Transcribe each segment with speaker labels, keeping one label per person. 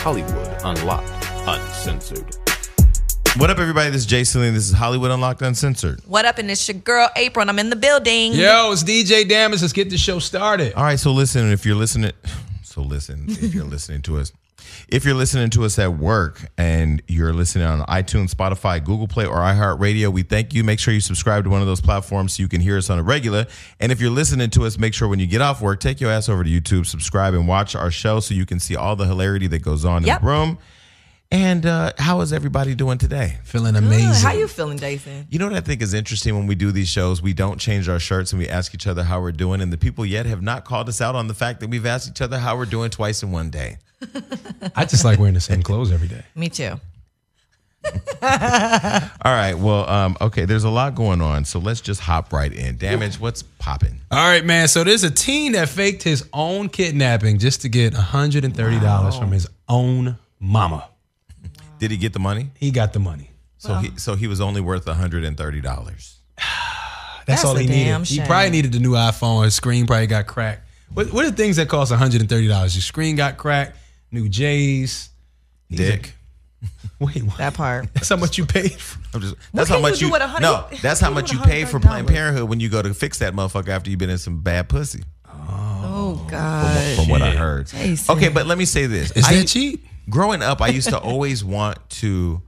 Speaker 1: Hollywood Unlocked Uncensored.
Speaker 2: What up, everybody? This is Jason Lee. and This is Hollywood Unlocked Uncensored.
Speaker 3: What up? And it's your girl April. I'm in the building.
Speaker 4: Yo, it's DJ Damage. Let's get the show started.
Speaker 2: All right, so listen, if you're listening, so listen, if you're listening to us, if you're listening to us at work and you're listening on iTunes, Spotify, Google Play, or iHeartRadio, we thank you. Make sure you subscribe to one of those platforms so you can hear us on a regular. And if you're listening to us, make sure when you get off work, take your ass over to YouTube, subscribe, and watch our show so you can see all the hilarity that goes on
Speaker 3: Yep.
Speaker 2: in the room. And uh, how is everybody doing today?
Speaker 4: Feeling
Speaker 3: Good.
Speaker 4: amazing.
Speaker 3: How you feeling, Jason?
Speaker 2: You know what I think is interesting when we do these shows, we don't change our shirts and we ask each other how we're doing, and the people yet have not called us out on the fact that we've asked each other how we're doing twice in one day.
Speaker 4: I just like wearing the same clothes every day.
Speaker 3: Me too.
Speaker 2: All right, well, um, okay, there's a lot going on, so let's just hop right in. Damage, what's popping?
Speaker 4: All right, man. So there's a teen that faked his own kidnapping just to get $130 from his own mama.
Speaker 2: Did he get the money?
Speaker 4: He got the money.
Speaker 2: So he so he was only worth $130.
Speaker 4: That's,
Speaker 3: That's
Speaker 4: all
Speaker 3: a
Speaker 4: he
Speaker 3: damn
Speaker 4: needed. He
Speaker 3: shame.
Speaker 4: probably needed a new iPhone. His screen probably got cracked. What, what are things that cost $130? Your screen got cracked, new J's. He's a-
Speaker 2: Dick.
Speaker 4: Wait, what?
Speaker 3: That part.
Speaker 4: That's how much you paid for.
Speaker 2: I'm just, that's
Speaker 3: can
Speaker 2: how
Speaker 3: you
Speaker 2: much
Speaker 3: do
Speaker 2: you
Speaker 3: with a hundred-
Speaker 2: no.
Speaker 3: what
Speaker 2: That's
Speaker 3: can
Speaker 2: how
Speaker 3: you
Speaker 2: much
Speaker 3: do
Speaker 2: you
Speaker 3: with a
Speaker 2: pay for
Speaker 3: $130?
Speaker 2: Planned Parenthood when you go to fix that motherfucker after you've been in some bad pussy.
Speaker 3: Oh
Speaker 2: From,
Speaker 3: God.
Speaker 2: from what I heard.
Speaker 3: Jason.
Speaker 2: Okay, but let me say this:
Speaker 4: Is
Speaker 2: I-
Speaker 4: that cheap?
Speaker 2: growing up, I used to always want to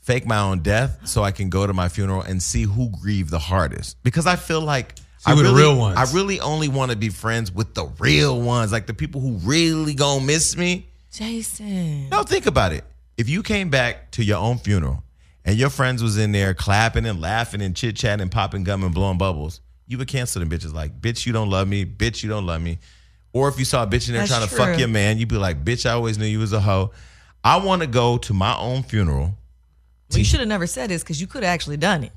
Speaker 2: fake my own death so I can go to my funeral and see who grieved the hardest. Because I feel like I
Speaker 4: who the
Speaker 2: really,
Speaker 4: real ones.
Speaker 2: I really only want to be friends with the real ones, like the people who really gonna miss me.
Speaker 3: Jason.
Speaker 2: No, think about it. If you came back to your own funeral and your friends was in there clapping and laughing and chit chatting and popping gum and blowing bubbles, you would cancel them bitches like, bitch, you don't love me, bitch, you don't love me. Or if you saw a bitch in there
Speaker 3: That's
Speaker 2: trying to
Speaker 3: true.
Speaker 2: fuck your man, you'd be like, bitch, I always knew you was a hoe. I want to go to my own funeral.
Speaker 4: Oh.
Speaker 3: Well, you should have never said this because you could have actually done it.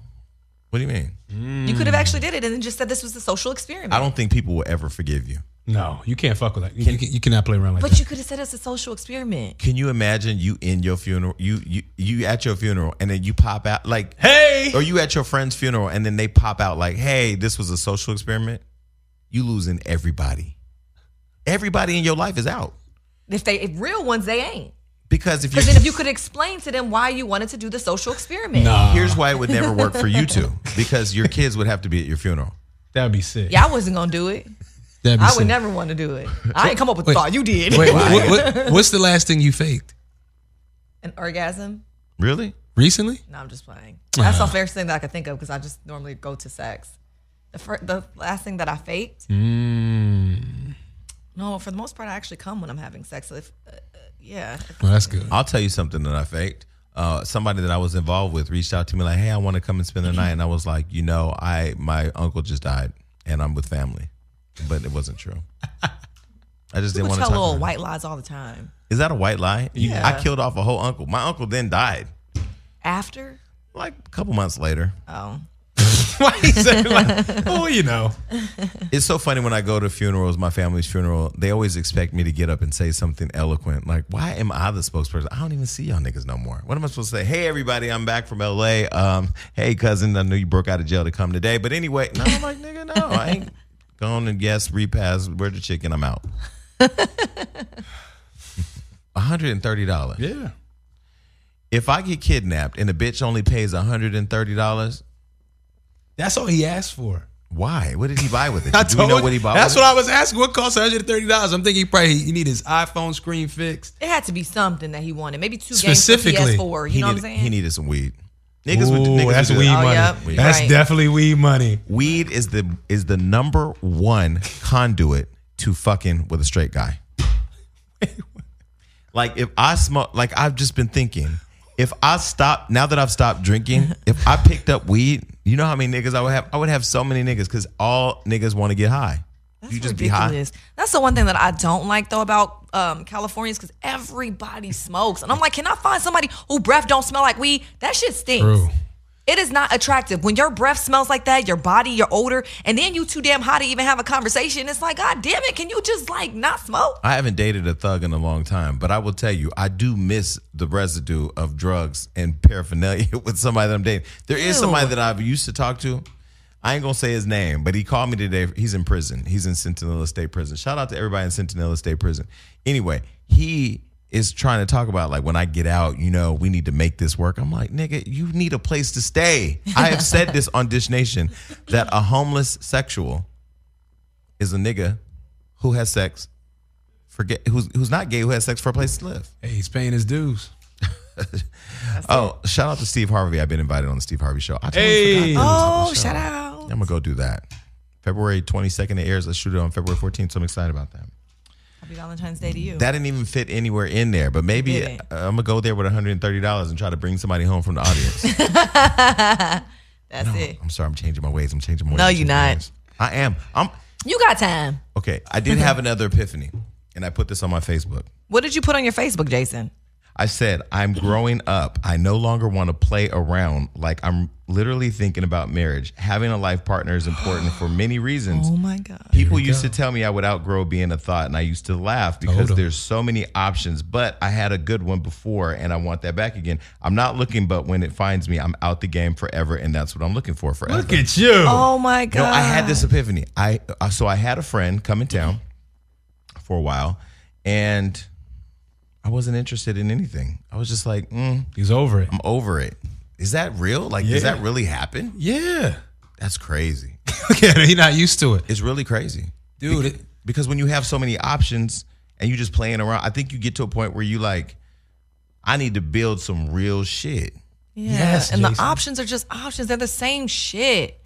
Speaker 2: What do you mean?
Speaker 3: You could have
Speaker 4: Mm.
Speaker 3: actually did it and then just said this was a social experiment.
Speaker 2: I don't think people will ever forgive you.
Speaker 4: No, you can't fuck with that. You, can, you cannot play around like
Speaker 3: but
Speaker 4: that.
Speaker 3: you could have said it's a social experiment.
Speaker 2: Can you imagine you in your funeral, you you you at your funeral, and then you pop out like,
Speaker 4: hey!
Speaker 2: or you at your friend's funeral and then they pop out like, "Hey, this was a social experiment." You losing everybody. Everybody in your life is out
Speaker 3: If they if real ones, they ain't.
Speaker 2: because if you
Speaker 3: Because then if you could explain to them why you wanted to do the social experiment.
Speaker 4: Nah,
Speaker 2: here's why it would never work for you two because your kids would have to be at your funeral.
Speaker 4: that'd be sick.
Speaker 3: Yeah, I wasn't gonna do it.
Speaker 4: That'd be
Speaker 3: I
Speaker 4: sick.
Speaker 3: would never want to do it. I ain't come up with the
Speaker 4: wait.
Speaker 3: thought. You did.
Speaker 4: Wait, what, what- what- what's the last thing you faked
Speaker 3: An orgasm?
Speaker 2: Really?
Speaker 4: recently?
Speaker 3: No, I'm just playing. That's the first thing that I could think of because I just normally go to sex. The fir- the last thing that I faked.
Speaker 2: Mm.
Speaker 3: No, for the most part, I actually come when I'm having sex. If, uh, uh, yeah,
Speaker 4: Well, that's good.
Speaker 2: I'll tell you something that I faked. Uh, somebody that I was involved with reached out to me like, "Hey, I want to come and spend the night," and I was like, "You know, I my uncle just died, and I'm with family," but it wasn't true. I just didn't
Speaker 3: people
Speaker 2: want to
Speaker 3: tell
Speaker 2: talk.
Speaker 3: little
Speaker 2: about it.
Speaker 3: white lies all the time.
Speaker 2: Is that a white lie? You-
Speaker 3: Yeah.
Speaker 2: I killed off a whole uncle. My uncle then died.
Speaker 3: After,
Speaker 2: like a couple months later.
Speaker 3: oh,
Speaker 4: Why he said like, oh, you know.
Speaker 2: It's so funny when I go to funerals, my family's funeral, they always expect me to get up and say something eloquent. Like, why am I the spokesperson? I don't even see y'all niggas no more. What am I supposed to say? Hey, everybody, I'm back from LA. Um, hey, cousin, I knew you broke out of jail to come today. But anyway, no, I'm like, nigga, no, I ain't going and guess, repass, where the chicken, I'm out. $130.
Speaker 4: Yeah.
Speaker 2: If I get kidnapped and the bitch only pays $130,
Speaker 4: That's all he asked for.
Speaker 2: why? What did he buy with it?
Speaker 4: I
Speaker 2: Do we
Speaker 4: told
Speaker 2: know what he bought?
Speaker 4: That's
Speaker 2: with
Speaker 4: what
Speaker 2: it?
Speaker 4: I was asking. What cost $130? I'm thinking he probably he need his iPhone screen fixed.
Speaker 3: it had to be something that he wanted. Maybe two games for
Speaker 4: Specifically,
Speaker 3: PS4. You know what I'm
Speaker 2: needed-
Speaker 3: saying?
Speaker 2: He needed some weed. Niggas would.
Speaker 4: Ooh,
Speaker 2: Niggas
Speaker 4: that's
Speaker 2: would
Speaker 4: weed
Speaker 2: do that.
Speaker 3: Oh,
Speaker 4: money.
Speaker 3: yep. Weed.
Speaker 4: That's
Speaker 3: Right.
Speaker 4: definitely weed money.
Speaker 2: Weed is the is the number one conduit to fucking with a straight guy. like if I smoke, like I've just been thinking, if I stop now that I've stopped drinking, if I picked up weed, you know how many niggas I would have? I would have so many niggas because all niggas want to get high. you just be high.
Speaker 3: ridiculous. That's the one thing that I don't like though about um, California is because everybody smokes, and I'm like, can I find somebody who breath don't smell like weed? That shit stinks.
Speaker 4: True.
Speaker 3: It is not attractive when your breath smells like that, your body, your odor, and then you too damn hot to even have a conversation. It's like, god damn it, can you just like not smoke?
Speaker 2: I haven't dated a thug in a long time, but I will tell you, I do miss the residue of drugs and paraphernalia with somebody that I'm dating. There is somebody that I've used to talk to. I ain't gonna say his name, but he called me today. He's in prison. He's in Centinela State Prison. Shout out to everybody in Centinela State Prison. Anyway, he is trying to talk about like when I get out, you know, we need to make this work. I'm like, nigga, you need a place to stay. I have said this on Dish Nation that a homeless sexual is a nigga who has sex, forget who's who's not gay, who has sex for a place to live.
Speaker 4: Hey, he's paying his dues.
Speaker 2: Oh, shout out to Steve Harvey. I've been invited on the Steve Harvey show. I totally
Speaker 4: Hey.
Speaker 2: forgot.
Speaker 3: Oh, shout out.
Speaker 2: I'm gonna go do that. February 22nd it airs. Let's shoot it on February 14th. So I'm excited about that.
Speaker 3: Happy Valentine's Day to you.
Speaker 2: That didn't even fit anywhere in there, but maybe
Speaker 3: It
Speaker 2: uh,
Speaker 3: didn't.
Speaker 2: I'm gonna go there with $130 and try to bring somebody home from the audience.
Speaker 3: That's it.
Speaker 2: I'm sorry, I'm changing my ways. I'm changing my ways.
Speaker 3: No,
Speaker 2: I'm
Speaker 3: you're
Speaker 2: changing my
Speaker 3: not.
Speaker 2: ways. I am. I'm
Speaker 3: You got time.
Speaker 2: okay. I did have another epiphany, and I put this on my Facebook.
Speaker 3: What did you put on your Facebook, Jason?
Speaker 2: I said, I'm growing up. I no longer want to play around. Like I'm literally thinking about marriage. Having a life partner is important for many reasons.
Speaker 3: Oh my God.
Speaker 2: People used to tell me I would outgrow being a thought, and I used to laugh because
Speaker 4: Told 'em.
Speaker 2: there's so many options. But I had a good one before, and I want that back again. I'm not looking, but when it finds me, I'm out the game forever, and that's what I'm looking for forever.
Speaker 4: Look at you.
Speaker 3: Oh my God.
Speaker 2: No, I had this epiphany. I uh, so I had a friend come in town for a while, and I wasn't interested in anything. I was just like, mm,
Speaker 4: He's over it.
Speaker 2: I'm over it. Is that real? Like, does
Speaker 4: Yeah.
Speaker 2: that really happen?
Speaker 4: Yeah.
Speaker 2: That's crazy.
Speaker 4: Look at it. He's not used to it.
Speaker 2: It's really crazy,
Speaker 4: Dude, it,
Speaker 2: Because when you have so many options and you just playing around, I think you get to a point where you like, I need to build some real shit.
Speaker 3: Yeah.
Speaker 4: Yes,
Speaker 3: and the
Speaker 4: Jason.
Speaker 3: options are just options. They're the same shit.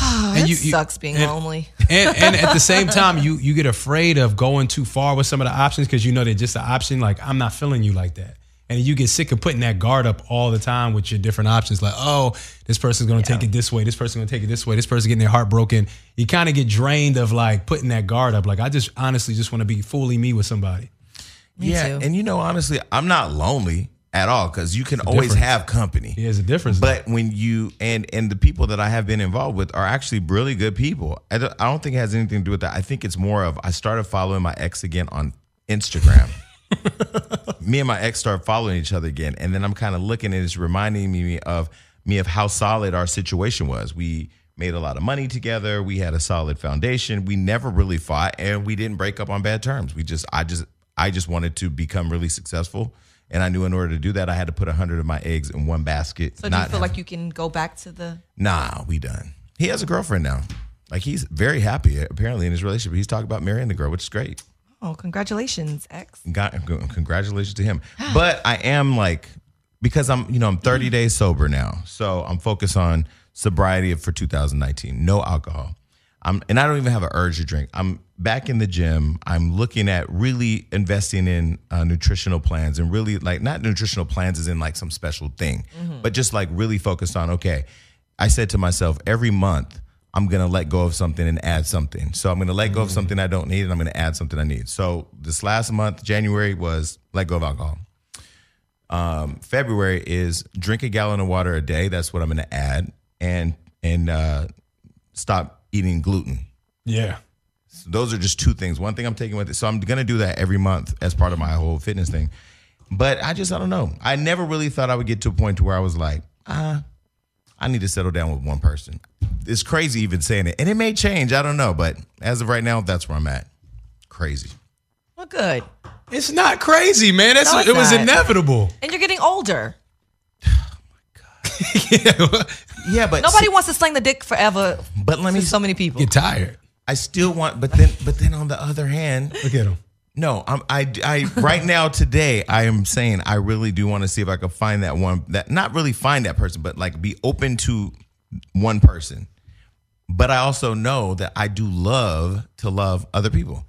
Speaker 4: and
Speaker 3: it
Speaker 4: you- you-
Speaker 3: Oh, sucks being
Speaker 4: and-
Speaker 3: lonely.
Speaker 4: and, and at the same time, you you get afraid of going too far with some of the options because you know they're just an option. Like I'm not feeling you like that, and you get sick of putting that guard up all the time with your different options. Like, oh, this person's gonna take it this way, this person's gonna take it this way, this person's getting their heart broken. You kind of get drained of like putting that guard up. Like I just honestly just want to be fully me with somebody.
Speaker 2: yeah,
Speaker 3: too.
Speaker 2: and you know, honestly, I'm not lonely at all because you can always
Speaker 4: difference.
Speaker 2: have company.
Speaker 4: There's a difference.
Speaker 2: But when you and and the people that I have been involved with are actually really good people. I don't, I don't think it has anything to do with that. I think it's more of I started following my ex again on Instagram. me and my ex started following each other again, and then I'm kind of looking and it's reminding me of me of how solid our situation was. We made a lot of money together. We had a solid foundation. We never really fought, and we didn't break up on bad terms. We just I just I just wanted to become really successful. And I knew in order to do that, I had to put a hundred of my eggs in one basket.
Speaker 3: So do you
Speaker 2: not
Speaker 3: feel
Speaker 2: have-
Speaker 3: like you can go back to the
Speaker 2: Nah, we done. He has a girlfriend now. Like he's very happy apparently in his relationship. He's talking about marrying the girl, which is great.
Speaker 3: Oh, congratulations, ex.
Speaker 2: God, congratulations to him. But I am like because I'm you know I'm 30 days sober now, so I'm focused on sobriety for 2019. No alcohol. I'm and I don't even have an urge to drink. I'm back in the gym. I'm looking at really investing in uh, nutritional plans and really like not nutritional plans is in like some special thing, but just like really focused on okay. I said to myself every month. I'm gonna let go of something and add something. So I'm gonna let go of something I don't need and I'm gonna add something I need. So this last month, January, was let go of alcohol. Um, February is drink a gallon of water a day. That's what I'm gonna add and and uh, stop eating gluten.
Speaker 4: yeah,
Speaker 2: So those are just two things. One thing I'm taking with it. So I'm gonna do that every month as part of my whole fitness thing. But I just I don't know. I never really thought I would get to a point to where I was like, ah, I need to settle down with one person. It's crazy even saying it, and it may change. I don't know, but as of right now, that's where I'm at. Crazy.
Speaker 3: Well, good.
Speaker 4: it's not crazy, man. That's
Speaker 3: No, it's
Speaker 4: it was
Speaker 3: not.
Speaker 4: inevitable.
Speaker 3: And you're getting older.
Speaker 2: Yeah, but
Speaker 3: Nobody wants to sling the dick forever
Speaker 2: But let me.
Speaker 3: to so many people.
Speaker 4: Get tired.
Speaker 2: I still want, but then, but then on the other hand,
Speaker 4: Look at him.
Speaker 2: No, I'm I, I right now today I am saying I really do want to see if I could find that one that not really find that person but like be open to one person. But I also know that I do love to love other people.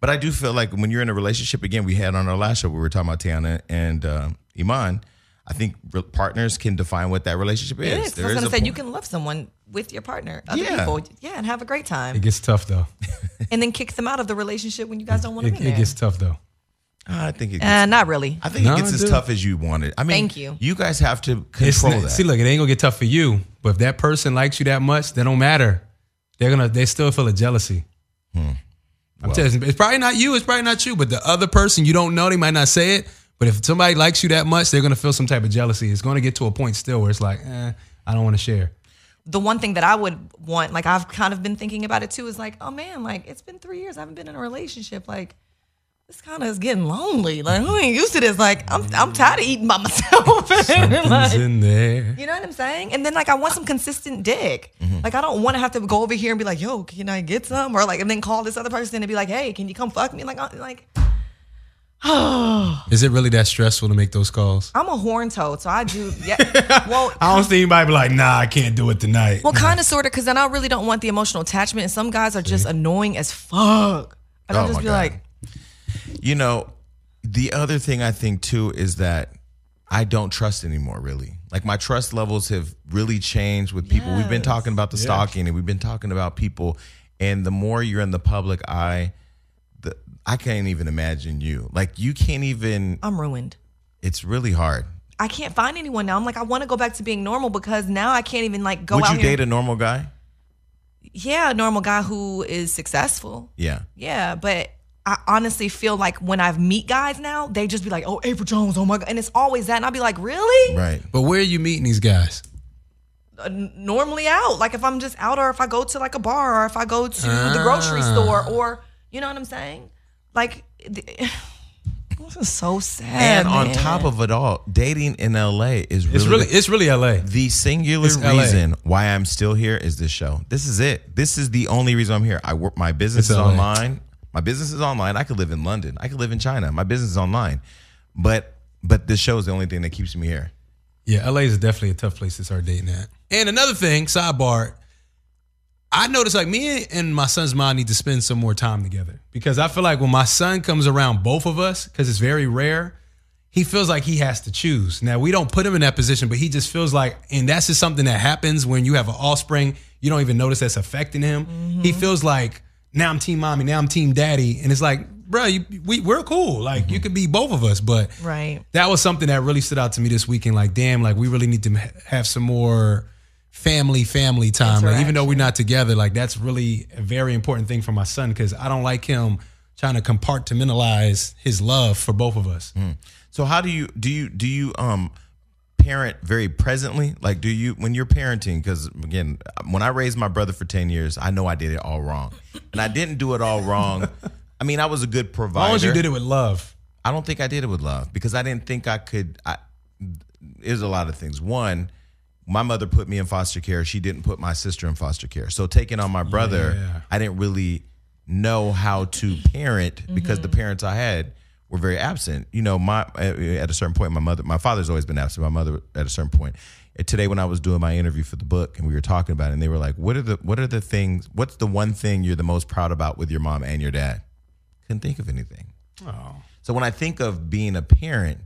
Speaker 2: But I do feel like when you're in a relationship again, we had on our last show we were talking about Tiana and um, Iman. I think re- partners can define what that relationship is.
Speaker 3: It is. 'cause I
Speaker 2: There
Speaker 3: was
Speaker 2: is
Speaker 3: gonna
Speaker 2: a
Speaker 3: say you
Speaker 2: point.
Speaker 3: can love someone with your partner, other
Speaker 2: Yeah.
Speaker 3: people, yeah, and have a great time,
Speaker 4: It gets tough though.
Speaker 3: and then kick them out of the relationship when you guys don't want to
Speaker 4: It,
Speaker 3: be there.
Speaker 4: it gets tough though.
Speaker 2: Ah, I think it gets,
Speaker 3: uh, not really.
Speaker 2: I think
Speaker 4: No,
Speaker 2: it gets
Speaker 4: I
Speaker 2: as
Speaker 4: do.
Speaker 2: tough as you want it. I mean,
Speaker 3: Thank you.
Speaker 2: You guys have to
Speaker 4: It's
Speaker 2: control
Speaker 4: not-
Speaker 2: that.
Speaker 4: See, look, it ain't gonna get tough for you, but if that person likes you that much, that don't matter. They're gonna, they still feel a jealousy. Hmm. I'm telling you, it's probably not you. It's probably not you, but the other person you don't know, they might not say it. But if somebody likes you that much, they're gonna feel some type of jealousy. It's gonna get to a point still where it's like, eh, I don't want to share.
Speaker 3: the one thing that I would want, like I've kind of been thinking about it too, is like, oh man, like it's been three years. I haven't been in a relationship. Like, this kind of is getting lonely. Like, who ain't used to this? Like, I'm, I'm tired of eating by myself. Like,
Speaker 4: Something's in there.
Speaker 3: you know what I'm saying? And then like I want some consistent dick. Like I don't want to have to go over here and be like, "Yo, can I get some?" Or like, and then call this other person and be like, "Hey, can you come fuck me?" Like, I, like
Speaker 4: Is it really that stressful to make those calls?
Speaker 3: I'm a horn toad, so I do. Yeah. Well,
Speaker 4: I don't see anybody be like, nah, I can't do it tonight.
Speaker 3: well, kind of, sort of, because then I really don't want the emotional attachment. And some guys are just annoying as fuck. And
Speaker 2: Oh,
Speaker 3: I'll just
Speaker 2: my
Speaker 3: be
Speaker 2: God.
Speaker 3: like,
Speaker 2: You know, the other thing I think too is that I don't trust anymore, really. Like my trust levels have really changed with people. We've been talking about the stalking and we've been talking about people. And the more you're in the public eye, the I can't even imagine you. Like you can't even
Speaker 3: I'm ruined.
Speaker 2: it's really hard.
Speaker 3: I can't find anyone now. I'm like, I want to go back to being normal because now I can't even like go
Speaker 2: Would
Speaker 3: out
Speaker 2: you
Speaker 3: here.
Speaker 2: date a normal guy?
Speaker 3: yeah, a normal guy who is successful.
Speaker 2: Yeah.
Speaker 3: Yeah, but I honestly feel like when I meet guys now, they just be like, "Oh, April Jones, oh my god," and it's always that, and I'll be like, "Really?"
Speaker 2: Right.
Speaker 4: but where are you meeting these guys?
Speaker 3: Uh, n- normally out, like if I'm just out, or if I go to like a bar, or if I go to the grocery
Speaker 2: Ah.
Speaker 3: store, or you know what I'm saying? Like, th- this is so sad.
Speaker 2: And on
Speaker 3: man.
Speaker 2: top of it all, dating in LA is really,
Speaker 4: It's really, it's really LA.
Speaker 2: the singular
Speaker 4: It's LA.
Speaker 2: reason why I'm still here is this show. This is it. This is the only reason I'm here. I work my business
Speaker 4: It's
Speaker 2: is
Speaker 4: LA.
Speaker 2: online. My business is online. I could live in London. I could live in China. My business is online. But but this show is the only thing that keeps me here.
Speaker 4: Yeah, LA is definitely a tough place to start dating at. And another thing, sidebar, I noticed like me and my son's mom need to spend some more time together because I feel like when my son comes around both of us, because it's very rare, he feels like he has to choose. Now we don't put him in that position, but he just feels like, and that's just something that happens when you have an offspring. You don't even notice that's affecting him. He feels like now I'm team mommy, now I'm team daddy, and it's like, bro, you, we we're cool. Like you could be both of us, but
Speaker 3: right?
Speaker 4: that was something that really stood out to me this weekend. Like, damn, like we really need to ha- have some more family family time. Like, even though we're not together, like that's really a very important thing for my son because I don't like him trying to compartmentalize his love for both of us.
Speaker 2: So how do you do you do you um parent very presently? Like do you when you're parenting cuz again, when I raised my brother for 10 years, I know I did it all wrong. And I didn't do it all wrong. I mean, I was a good provider.
Speaker 4: As long as you did it with love.
Speaker 2: I don't think I did it with love because I didn't think I could. I, there's a lot of things. One, my mother put me in foster care. She didn't put my sister in foster care. So taking on my brother,
Speaker 4: Yeah.
Speaker 2: I didn't really know how to parent because the parents I had were very absent. You know, my at a certain point, my mother, my father's always been absent. My mother, at a certain point, And today when I was doing my interview for the book and we were talking about it, and they were like, "What are the what are the things? What's the one thing you're the most proud about with your mom and your dad?" Couldn't think of anything.
Speaker 4: Oh.
Speaker 2: So when I think of being a parent,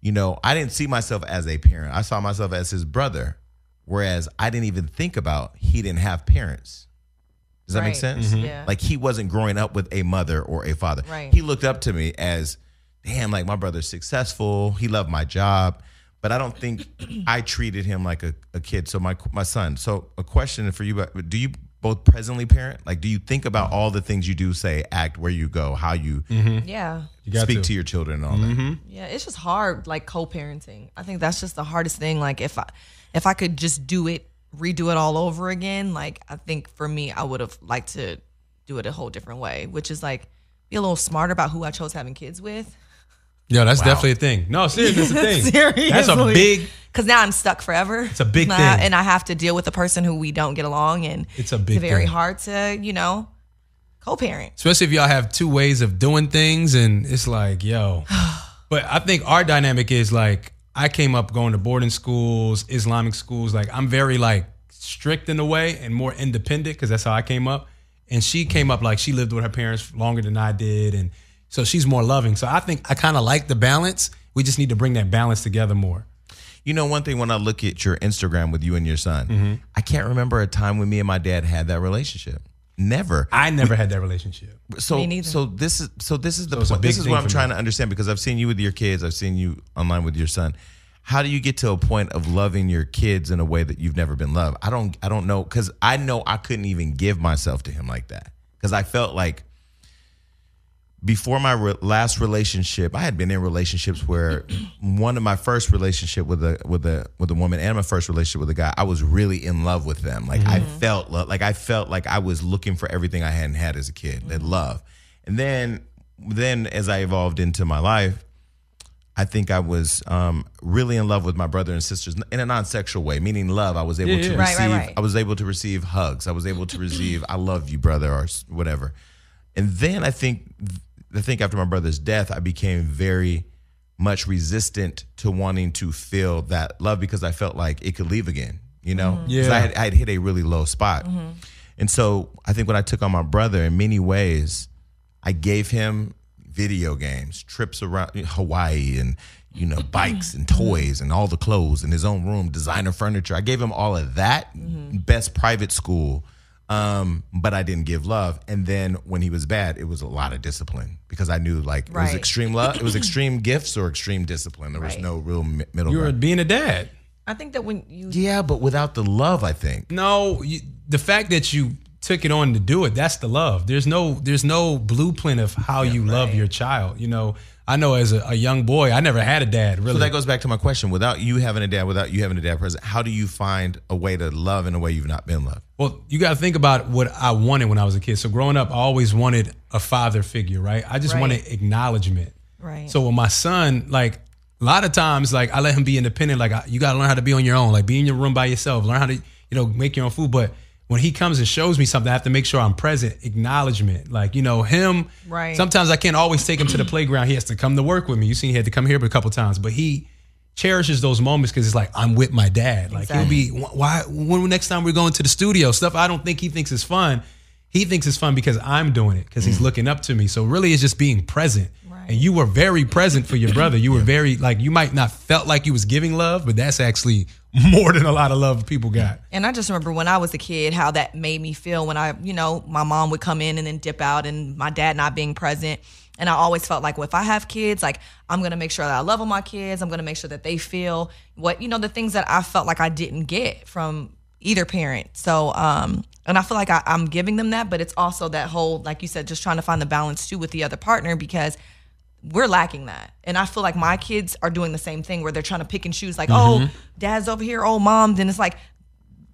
Speaker 2: you know, I didn't see myself as a parent. I saw myself as his brother, whereas I didn't even think about he didn't have parents. Does that make
Speaker 3: Right.
Speaker 2: sense?
Speaker 3: Mhm. Yeah.
Speaker 2: Like he wasn't growing up with a mother or a father.
Speaker 3: Right.
Speaker 2: He looked up to me as, damn, like my brother's successful. He loved my job, but I don't think I treated him like a, a kid. So my my son. So a question for you: but Do you both presently parent? Like, do you think about all the things you do, say, act, where you go, how you
Speaker 3: Yeah,
Speaker 4: You Mm-hmm. got
Speaker 2: speak
Speaker 4: to. Mm-hmm.
Speaker 2: to. your children and all that.
Speaker 3: yeah. It's just hard, like co-parenting. I think that's just the hardest thing. Like if I, if I could just do it, redo it all over again, like I think for me, I would have liked to do it a whole different way, which is like be a little smarter about who I chose having kids with.
Speaker 4: Yo, that's definitely a thing. No, seriously, that's a thing. That's a
Speaker 3: Seriously.
Speaker 4: big
Speaker 3: Because now I'm stuck forever. It's
Speaker 4: a big
Speaker 3: and I,
Speaker 4: thing.
Speaker 3: and I have to deal with a person who we don't get along, and
Speaker 4: It's a big
Speaker 3: very
Speaker 4: thing.
Speaker 3: hard to you know co-parent.
Speaker 4: especially if y'all have two ways of doing things and it's like yo but i think our dynamic is like i came up going to boarding schools islamic schools like i'm very like strict in a way and more independent because that's how i came up and she came up like she lived with her parents longer than i did and so she's more loving so i think i kind of like the balance we just need to bring that balance together more
Speaker 2: You know, one thing when I look at your Instagram with you and your son,
Speaker 4: Mm-hmm.
Speaker 2: I can't remember a time when me and my dad had that relationship. Never.
Speaker 4: i never had that relationship
Speaker 2: So
Speaker 3: Me neither.
Speaker 2: so this is so this is the
Speaker 4: it's a
Speaker 2: point. This
Speaker 4: big
Speaker 2: is
Speaker 4: thing
Speaker 2: what I'm
Speaker 4: for me.
Speaker 2: trying to understand because I've seen you with your kids, I've seen you online with your son. How do you get to a point of loving your kids in a way that you've never been loved? I don't I don't know cuz I know I couldn't even give myself to him like that cuz I felt like before my re- last relationship, I had been in relationships where one of my first relationship with a with a with a woman and my first relationship with a guy, I was really in love with them. Like I
Speaker 3: Mm-hmm.
Speaker 2: felt
Speaker 3: Mm-hmm.
Speaker 2: lo- like I felt like I was looking for everything I hadn't had as a kid, that love. And then then as I evolved into my life, I think I was um, really in love with my brother and sisters in a non-sexual way, meaning love. I was able to
Speaker 4: yeah.
Speaker 3: Right,
Speaker 2: receive.
Speaker 3: right, right.
Speaker 2: I was able to receive hugs. I was able to receive "I love you, brother" or s- whatever. And then I think I think after my brother's death, I became very much resistant to wanting to feel that love because I felt like it could leave again. You know, 'Cause I
Speaker 4: Yeah.
Speaker 2: had, I had hit a really low spot. And so I think when I took on my brother, in many ways, I gave him video games, trips around Hawaii, and you know,
Speaker 3: Mm-hmm.
Speaker 2: bikes and toys and all the clothes and his own room, designer furniture. I gave him all of that,
Speaker 3: Mm-hmm.
Speaker 2: best private school. Um, but I didn't give love. And then when he was bad, it was a lot of discipline because I knew like it was
Speaker 3: Right.
Speaker 2: extreme love, it was extreme gifts or extreme discipline. There was
Speaker 3: Right.
Speaker 2: no real mi- middle
Speaker 4: You were
Speaker 2: ground.
Speaker 4: being a dad.
Speaker 3: I think that when you
Speaker 2: Yeah, but without the love, I think.
Speaker 4: No, you, the fact that you took it on to do it, that's the love. There's no there's no blueprint of how you love your child. You know, I know as a, a young boy, I never had a dad really.
Speaker 2: So that goes back to my question. Without you having a dad, without you having a dad present, how do you find a way to love in a way you've not been loved?
Speaker 4: Well, you got to think about what I wanted when I was a kid. So growing up, I always wanted a father figure, right? I just
Speaker 3: Right.
Speaker 4: wanted acknowledgement.
Speaker 3: right,
Speaker 4: So with my son, like a lot of times, like I let him be independent. Like I, you got to learn how to be on your own. Like be in your room by yourself. Learn how to you know make your own food. But when he comes and shows me something, I have to make sure I'm present. Acknowledgement, like you know him.
Speaker 3: Right.
Speaker 4: Sometimes I can't always take him to the playground. He has to come to work with me. You seen he had to come here a couple times, but he cherishes those moments because it's like I'm with my dad. Like he'll be why when next time we're going to the studio stuff I don't think he thinks is fun. He thinks it's fun because I'm doing it because he's looking up to me. So really, it's just being present.
Speaker 3: Right.
Speaker 4: And you were very present for your brother. You were very like you might not felt like you was giving love, but that's actually more than a lot of love people got.
Speaker 3: and I just remember when I was a kid how that made me feel when I, you know, my mom would come in and then dip out, and my dad not being present. And I always felt like, well, if I have kids, like I'm gonna make sure that I love all my kids. I'm gonna make sure that they feel what you know the things that I felt like I didn't get from either parent. So, um, and I feel like I, I'm giving them that, but it's also that whole, like you said, just trying to find the balance too with the other partner because we're lacking that. And I feel like my kids are doing the same thing where they're trying to pick and choose, like, oh, dad's over here, oh, mom. Then it's like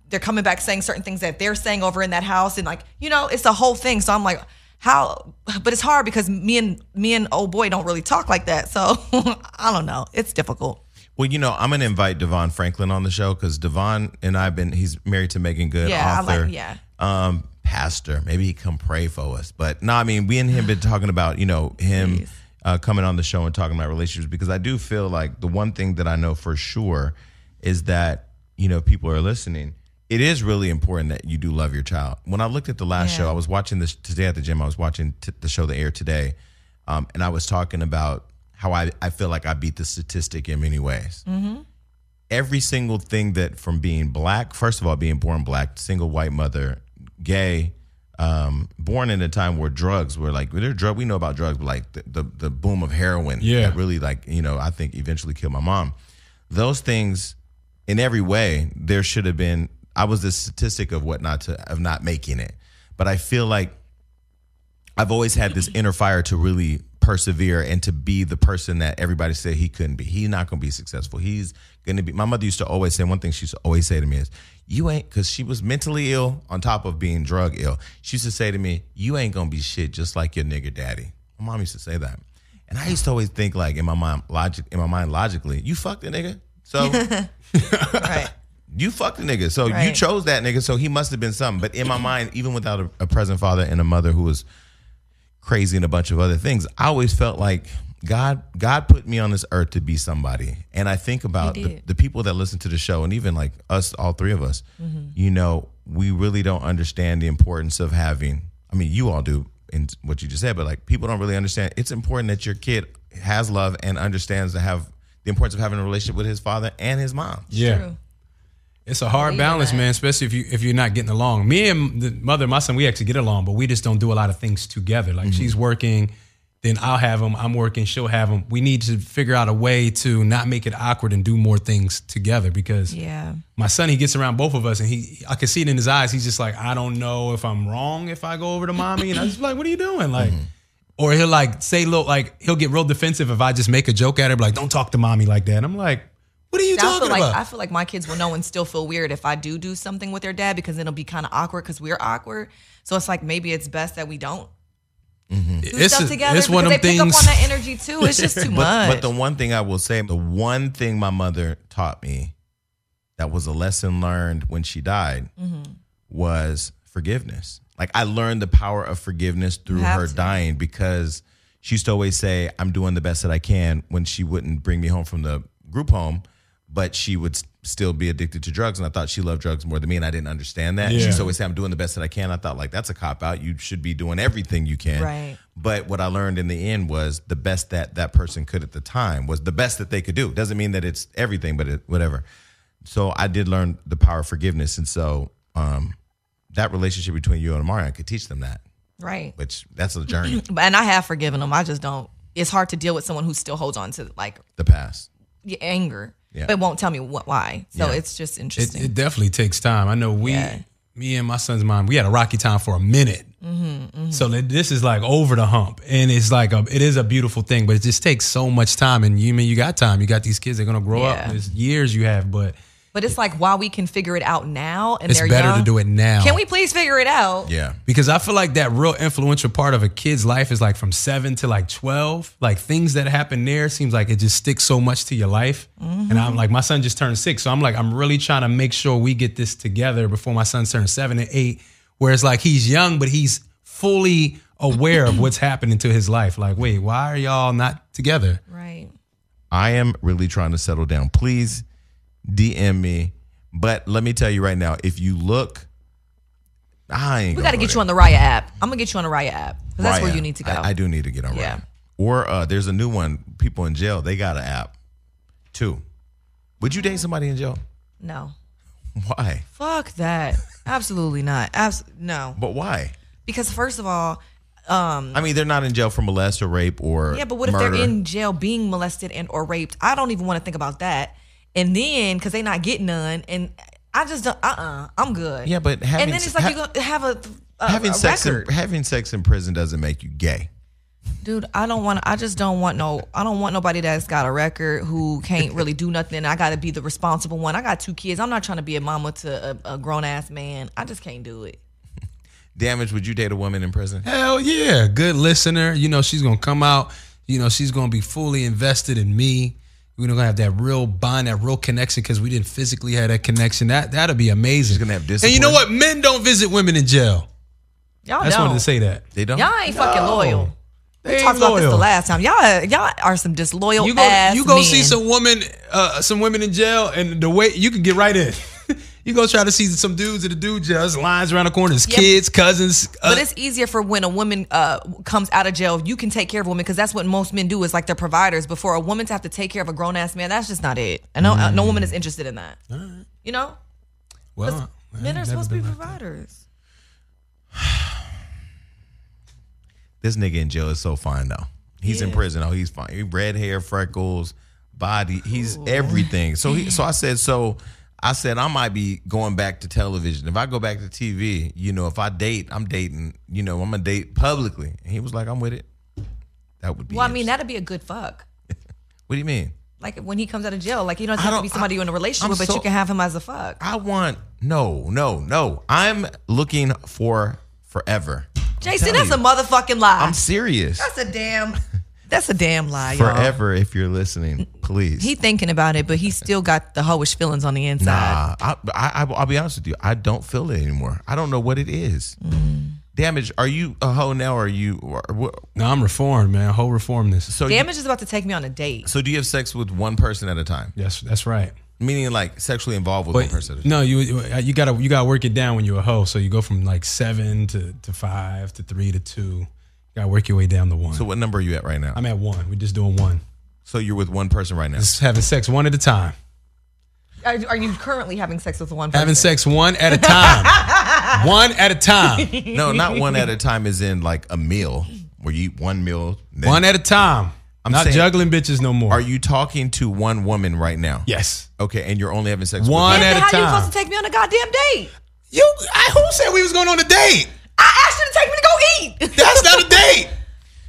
Speaker 3: they're coming back saying certain things that they're saying over in that house. And like, you know, it's the whole thing. So I'm like, how but it's hard because me and me and old boy don't really talk like that. So I don't know. It's difficult.
Speaker 2: Well, you know, I'm gonna invite Devon Franklin on the show because Devon and I've been he's married to Megan Good,
Speaker 3: Yeah, I
Speaker 2: author,
Speaker 3: like- yeah.
Speaker 2: um, pastor. Maybe he come pray for us. But no, I mean, we and him been talking about, you know, him uh, coming on the show and talking about relationships because I do feel like the one thing that I know for sure is that, you know, people are listening. It is really important that you do love your child. When I looked at the last
Speaker 3: Yeah.
Speaker 2: show, I was watching this today at the gym. I was watching t- the show The Air today, um, and I was talking about how I, I feel like I beat the statistic in many ways every single thing that from being black, first of all, being born black, single white mother, gay, um, born in a time where drugs were like they're drug. We know about drugs, but like the the, the boom of heroin,
Speaker 4: Yeah.
Speaker 2: that really like you know I think eventually killed my mom. Those things, in every way, there should have been. I was the statistic of what not to of not making it, but I feel like I've always had this inner fire to really persevere and to be the person that everybody said he couldn't be. He's not going to be successful. He's going to be. My mother used to always say one thing. She used to always say to me is, "You ain't," because she was mentally ill on top of being drug ill. She used to say to me, "You ain't going to be shit, just like your nigger daddy." My mom used to say that, and I used to always think like in my mind logic in my mind logically, "You fucked a nigga." So
Speaker 3: Right.
Speaker 2: you fucked a nigga. So you
Speaker 3: Right.
Speaker 2: chose that nigga. So he must have been something. But in my mind, even without a, a present father and a mother who was crazy and a bunch of other things, I always felt like God God put me on this earth to be somebody. And I think about the,
Speaker 3: did.
Speaker 2: the people that listen to the show and even like us, all three of us,
Speaker 3: Mm-hmm.
Speaker 2: you know, we really don't understand the importance of having I mean, you all do in what you just said, but like people don't really understand it's important that your kid has love and understands to have the importance of having a relationship with his father and his mom.
Speaker 4: Yeah.
Speaker 3: True.
Speaker 4: It's a hard balance, man, especially if you if you're not getting along. Me and the mother of my son, we actually get along, but we just don't do a lot of things together. Like she's working, then I'll have him, I'm working, she'll have him. We need to figure out a way to not make it awkward and do more things together because
Speaker 3: Yeah.
Speaker 4: my son he gets around both of us and he I can see it in his eyes. He's just like, I don't know if I'm wrong if I go over to mommy. And I just be like, what are you doing? Like or he'll like say little like he'll get real defensive if I just make a joke at her, be like, don't talk to mommy like that. And I'm like, what are you
Speaker 3: I
Speaker 4: talking
Speaker 3: feel like
Speaker 4: about?
Speaker 3: I feel like my kids will know and still feel weird if I do do something with their dad because it'll be kind of awkward because we're awkward. So it's like maybe it's best that we don't do
Speaker 4: It's
Speaker 3: stuff
Speaker 4: a-
Speaker 3: together.
Speaker 4: it's one
Speaker 3: because
Speaker 4: of them
Speaker 3: they pick up on
Speaker 4: things-
Speaker 3: that energy too. It's just too much.
Speaker 2: But the one thing I will say, the one thing my mother taught me that was a lesson learned when she died
Speaker 3: Mm-hmm.
Speaker 2: was forgiveness. Like I learned the power of forgiveness through
Speaker 3: have
Speaker 2: her
Speaker 3: to.
Speaker 2: dying because she used to always say, I'm doing the best that I can when she wouldn't bring me home from the group home, but she would s- still be addicted to drugs. And I thought she loved drugs more than me. And I didn't understand that. She
Speaker 4: Yeah.
Speaker 2: used to always say, I'm doing the best that I can. I thought, like, that's a cop out. You should be doing everything you can.
Speaker 3: Right.
Speaker 2: But what I learned in the end was the best that that person could at the time was the best that they could do. Doesn't mean that it's everything, but it, whatever. So I did learn the power of forgiveness, and so um, that relationship between you and Amari, I could teach them that.
Speaker 3: right.
Speaker 2: Which that's a journey,
Speaker 3: But- And I have forgiven them. I just don't. It's hard to deal with someone who still holds on to like
Speaker 2: the past.
Speaker 3: y- anger,
Speaker 2: Yeah.
Speaker 3: but won't tell me what, why. So
Speaker 2: Yeah.
Speaker 3: it's just
Speaker 4: It,
Speaker 3: interesting.
Speaker 4: it definitely takes time. I know we,
Speaker 3: Yeah.
Speaker 4: me and my son's mom, we had a rocky time for a minute.
Speaker 3: Mm-hmm,
Speaker 4: So that this is like over the hump, and it's like a, it is a beautiful thing, but it just takes so much time. And you I mean you got time? You got these kids; they're gonna grow up.
Speaker 3: Yeah.
Speaker 4: There's years you have, but
Speaker 3: but it's like while we can figure it out now, and
Speaker 4: it's
Speaker 3: they're
Speaker 4: better
Speaker 3: young,
Speaker 4: to do it now.
Speaker 3: Can we please figure it out?
Speaker 2: Yeah,
Speaker 4: Because I feel like that real influential part of a kid's life is like from seven to like 12. Like things that happen there seems like it just sticks so much to your life. And I'm like, my son just turned six. So I'm like, I'm really trying to make sure we get this together before my son turns seven and eight, where it's like he's young, but he's fully aware of what's happening to his life. Like, wait, why are y'all not together?
Speaker 3: Right.
Speaker 2: I am really trying to settle down. Please DM me, but let me tell you right now, if you look, I ain't.
Speaker 3: We got to get you on the Raya app. I'm gonna get you on the Raya app 'cause that's where you need to go.
Speaker 2: I, I do need to get on.
Speaker 3: Yeah.
Speaker 2: Ryan. Or uh, there's a new one. People in jail, they got an app too. Would you date somebody in jail?
Speaker 3: no.
Speaker 2: Why?
Speaker 3: Fuck that. Absolutely not. Abs- no.
Speaker 2: But why?
Speaker 3: Because first of all, um,
Speaker 2: I mean, they're not in jail for molest or rape or
Speaker 3: Yeah, but what if
Speaker 2: murder.
Speaker 3: they're in jail being molested and or raped? I don't even want to think about that. And then because they not getting none, and I just don't. Uh, uh-uh, uh, i am good.
Speaker 2: Yeah, but having
Speaker 3: and then it's
Speaker 2: se-
Speaker 3: like you're gonna have a, a
Speaker 2: having
Speaker 3: a
Speaker 2: sex in,
Speaker 3: record,
Speaker 2: having sex in prison doesn't make you gay.
Speaker 3: dude. I don't want. I just don't want no. I don't want nobody that's got a record who can't really do nothing. I got to be the responsible one. I got two kids. I'm not trying to be a mama to a, a grown ass man. I just can't do it.
Speaker 2: Damage? Would you date a woman in prison?
Speaker 4: Hell yeah. Good listener. You know, she's going to come out. You know, she's going to be fully invested in me. We're going to have that real bond, that real connection because we didn't physically have that connection. That, that'll be amazing.
Speaker 2: gonna have
Speaker 4: And you know what?
Speaker 2: discipline.
Speaker 4: Men don't visit women in jail.
Speaker 3: Y'all
Speaker 4: I just
Speaker 3: don't.
Speaker 4: wanted to say that.
Speaker 2: They don't.
Speaker 3: Y'all ain't fucking loyal.
Speaker 4: They
Speaker 3: We talked
Speaker 4: ain't
Speaker 3: about this the
Speaker 4: loyal.
Speaker 3: last time. Y'all, y'all are some disloyal
Speaker 4: You go,
Speaker 3: ass
Speaker 4: you go
Speaker 3: men.
Speaker 4: see some woman, uh, some women in jail, and the way you can get right in. you go try to see some dudes in the dude jail. There's lines around the corners,
Speaker 3: Yeah.
Speaker 4: kids, cousins. uh,
Speaker 3: But it's easier for when a woman uh, comes out of jail, you can take care of a woman because that's what most men do is like they're providers. But for a woman to have to take care of a grown ass man, that's just not it. And no, uh, no woman is interested in that. You know,
Speaker 4: well, I
Speaker 3: men are
Speaker 4: ain't
Speaker 3: supposed to be
Speaker 4: never been like
Speaker 3: providers.
Speaker 2: This nigga in jail is so fine though. He's in prison. Oh, he's fine. He red hair, freckles, body. He's everything. So he. So I said. So I said I might be going back to television. If I go back to TV, you know, if I date, I'm dating. You know, I'm gonna date publicly. And he was like, I'm with it. That would be.
Speaker 3: Well, I mean,
Speaker 2: interesting.
Speaker 3: that'd be a good fuck.
Speaker 2: What do you mean?
Speaker 3: Like when he comes out of jail, like you don't
Speaker 2: I
Speaker 3: have
Speaker 2: don't-
Speaker 3: to be somebody you're in a relationship
Speaker 2: I'm
Speaker 3: with, but
Speaker 2: so-
Speaker 3: you can have him as a fuck.
Speaker 2: I want no, no, no. I'm looking for forever.
Speaker 3: Jason,
Speaker 2: telling
Speaker 3: that's a motherfucking lie.
Speaker 2: I'm serious.
Speaker 3: that's a damn. That's a damn lie, y'all.
Speaker 2: Forever, if you're listening, please.
Speaker 3: He thinking about it, but he still got the hoish feelings on the inside.
Speaker 2: Nah, Uh, I, I, I- I'll be honest with you. I don't feel it anymore. I don't know what it is. Damage. Are you a hoe now? Or are you? Or, what,
Speaker 4: that. No, I'm reformed, man. Whole reformness.
Speaker 2: so, you-
Speaker 3: Damage is about to take me on a date.
Speaker 2: so do you have sex with one person at a time?
Speaker 4: Yes, that's right.
Speaker 2: Meaning, like sexually involved with one person. At a time.
Speaker 4: No, you uh, you gotta you gotta work it down when you're a hoe. So you go from like seven to, to five to three to two. You gotta work your way down to one.
Speaker 2: So what number are you at right now?
Speaker 4: I'm at one. We're just doing one.
Speaker 2: so you're with one person right now.
Speaker 4: Just having sex one at a time.
Speaker 3: Are, are you currently having sex with one?
Speaker 4: Having
Speaker 3: person?
Speaker 4: sex one at a time. one at a time.
Speaker 2: No, not one at a time. Is in like a meal where you eat one meal. Then
Speaker 4: One at a time. I'm not
Speaker 2: saying-
Speaker 4: juggling bitches no more.
Speaker 2: Are you talking to one woman right now?
Speaker 4: yes.
Speaker 2: Okay, and you're only having sex
Speaker 4: One
Speaker 2: With
Speaker 4: at
Speaker 3: then
Speaker 4: a
Speaker 3: how you
Speaker 4: time.
Speaker 3: supposed to take me on a goddamn date?
Speaker 4: You I, who said we was going on a date?
Speaker 3: I asked you to take me to go eat.
Speaker 4: That's not a date.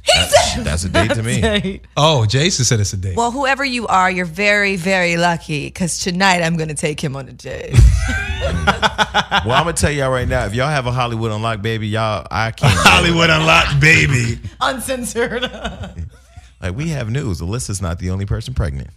Speaker 3: He said.
Speaker 2: That's a date to me.
Speaker 4: Oh, Jason said it's a date.
Speaker 3: Well, whoever you are, you're very, very lucky because tonight I'm going to take him on a jet.
Speaker 2: Well, I'm gonna tell y'all right now, if y'all have a Hollywood unlocked, baby, y'all I can't
Speaker 5: Hollywood Unlocked, baby.
Speaker 3: Uncensored.
Speaker 2: like we have news. Alyssa's not the only person pregnant.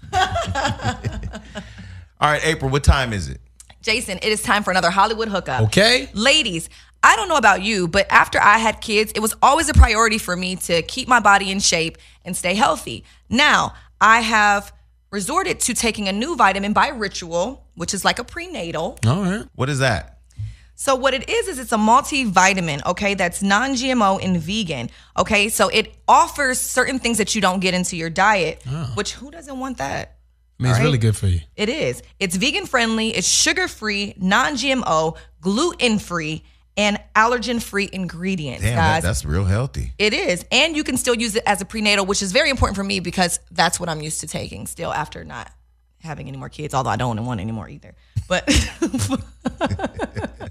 Speaker 2: All right, April, what time is it?
Speaker 3: Jason, it is time for another Hollywood hookup.
Speaker 4: Okay.
Speaker 3: Ladies, I don't know about you, but after I had kids, it was always a priority for me to keep my body in shape and stay healthy. Now, I have resorted to taking a new vitamin by Ritual, which is like a prenatal.
Speaker 4: All right.
Speaker 2: What is that?
Speaker 3: So what it is is it's a multivitamin, okay? That's non-GMO and vegan, okay? So it offers certain things that you don't get into your diet, which who doesn't want that?
Speaker 4: I mean, it's really good for you.
Speaker 3: It is. It's vegan friendly, it's sugar free, non GMO, gluten free, and allergen free ingredients,
Speaker 2: Damn, that,
Speaker 3: guys.
Speaker 2: that's real healthy.
Speaker 3: it is. And you can still use it as a prenatal, which is very important for me because that's what I'm used to taking still after not having any more kids, although I don't want any more either. But.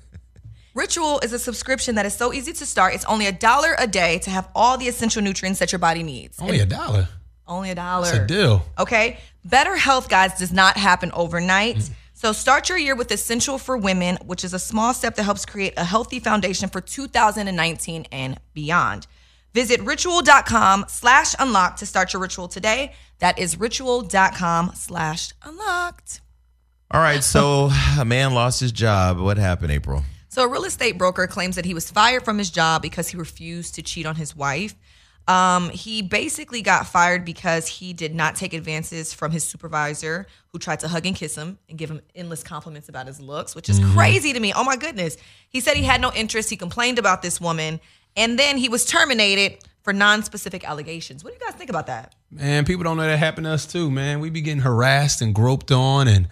Speaker 3: Ritual is a subscription that is so easy to start. It's only a dollar a day to have all the essential nutrients that your body needs.
Speaker 4: Only a Oh, dollar.
Speaker 3: Only a dollar.
Speaker 4: It's a deal.
Speaker 3: Okay? Better health, guys, does not happen overnight. So start your year with Essential for Women, which is a small step that helps create a healthy foundation for 2019 and beyond. Visit ritual.com slash unlocked to start your ritual today. That is ritual.com slash unlocked.
Speaker 2: All right, so a man lost his job. What happened, April?
Speaker 3: So, a real estate broker claims that he was fired from his job because he refused to cheat on his wife. Um, he basically got fired because he did not take advances from his supervisor, who tried to hug and kiss him and give him endless compliments about his looks, which is crazy to me. Oh my goodness. He said he had no interest. He complained about this woman, and then he was terminated for non specific allegations. What do you guys think about that?
Speaker 4: Man, people don't know that happened to us too, man. We be getting harassed and groped on and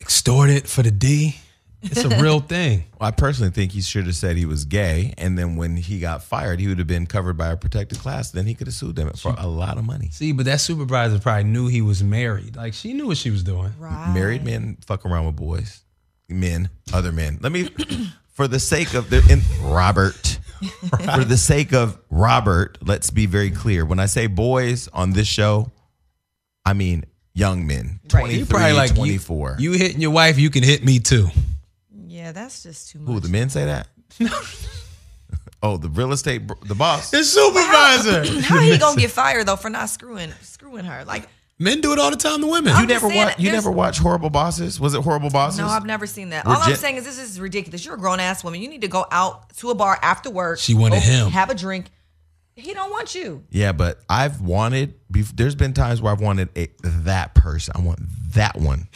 Speaker 4: extorted for the D. It's a real thing.
Speaker 2: Well, I personally think he should have said he was gay, and then when he got fired, he would have been covered by a protected class. Then he could have sued them for a lot of money.
Speaker 4: See, but that supervisor probably knew he was married. Like she knew what she was doing.
Speaker 3: Right.
Speaker 2: Married men fuck around with boys, men, other men. Let me, for the sake of the and Robert, for the sake of Robert, let's be very clear. When I say boys on this show, I mean young men,
Speaker 3: Right.
Speaker 2: twenty
Speaker 4: He
Speaker 2: three,
Speaker 4: probably like
Speaker 2: twenty
Speaker 4: you,
Speaker 2: four.
Speaker 4: you hitting your wife, you can hit me too.
Speaker 3: Yeah, that's just too much.
Speaker 2: Who the men say that? oh, the real estate, bro- the boss.
Speaker 4: The supervisor.
Speaker 3: How he gonna get fired though for not screwing screwing her? Like,
Speaker 4: Men do it all the time to
Speaker 2: You
Speaker 4: women.
Speaker 3: I'm just
Speaker 2: never
Speaker 3: saying
Speaker 2: watch. You
Speaker 3: there's-
Speaker 2: never watch Horrible Bosses. Was it Horrible Bosses?
Speaker 3: No, I've never seen that.
Speaker 2: We're
Speaker 3: All I'm
Speaker 2: gen-
Speaker 3: saying is this is ridiculous. You're a grown ass woman. You need to go out to a bar after work.
Speaker 4: She wanted
Speaker 3: go
Speaker 4: him.
Speaker 3: Have a drink. He don't want you.
Speaker 2: Yeah, but I've wanted. bef- There's been times where I've wanted a, that person. I want that one.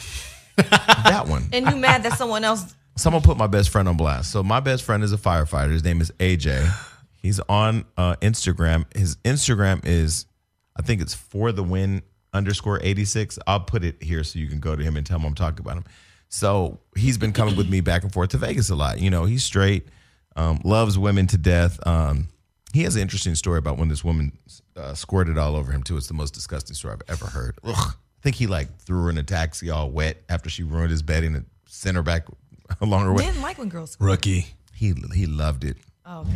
Speaker 2: that one.
Speaker 3: And you mad that someone else
Speaker 2: Someone put my best friend on blast. So my best friend is a firefighter. His name is AJ. He's on uh, Instagram. His Instagram is, I think it's for the win underscore eighty six. I'll put it here so you can go to him and tell him I'm talking about him. So he's been coming with me back and forth to Vegas a lot. You know, he's straight, um, loves women to death. Um, he has an interesting story about when this woman uh, squirted all over him too. It's the most disgusting story I've ever heard. Ugh. I think he like threw her in a taxi all wet after she ruined his bedding and sent her back along her way.
Speaker 3: didn't like when girls
Speaker 4: Rookie.
Speaker 2: He he loved it.
Speaker 3: Oh, okay.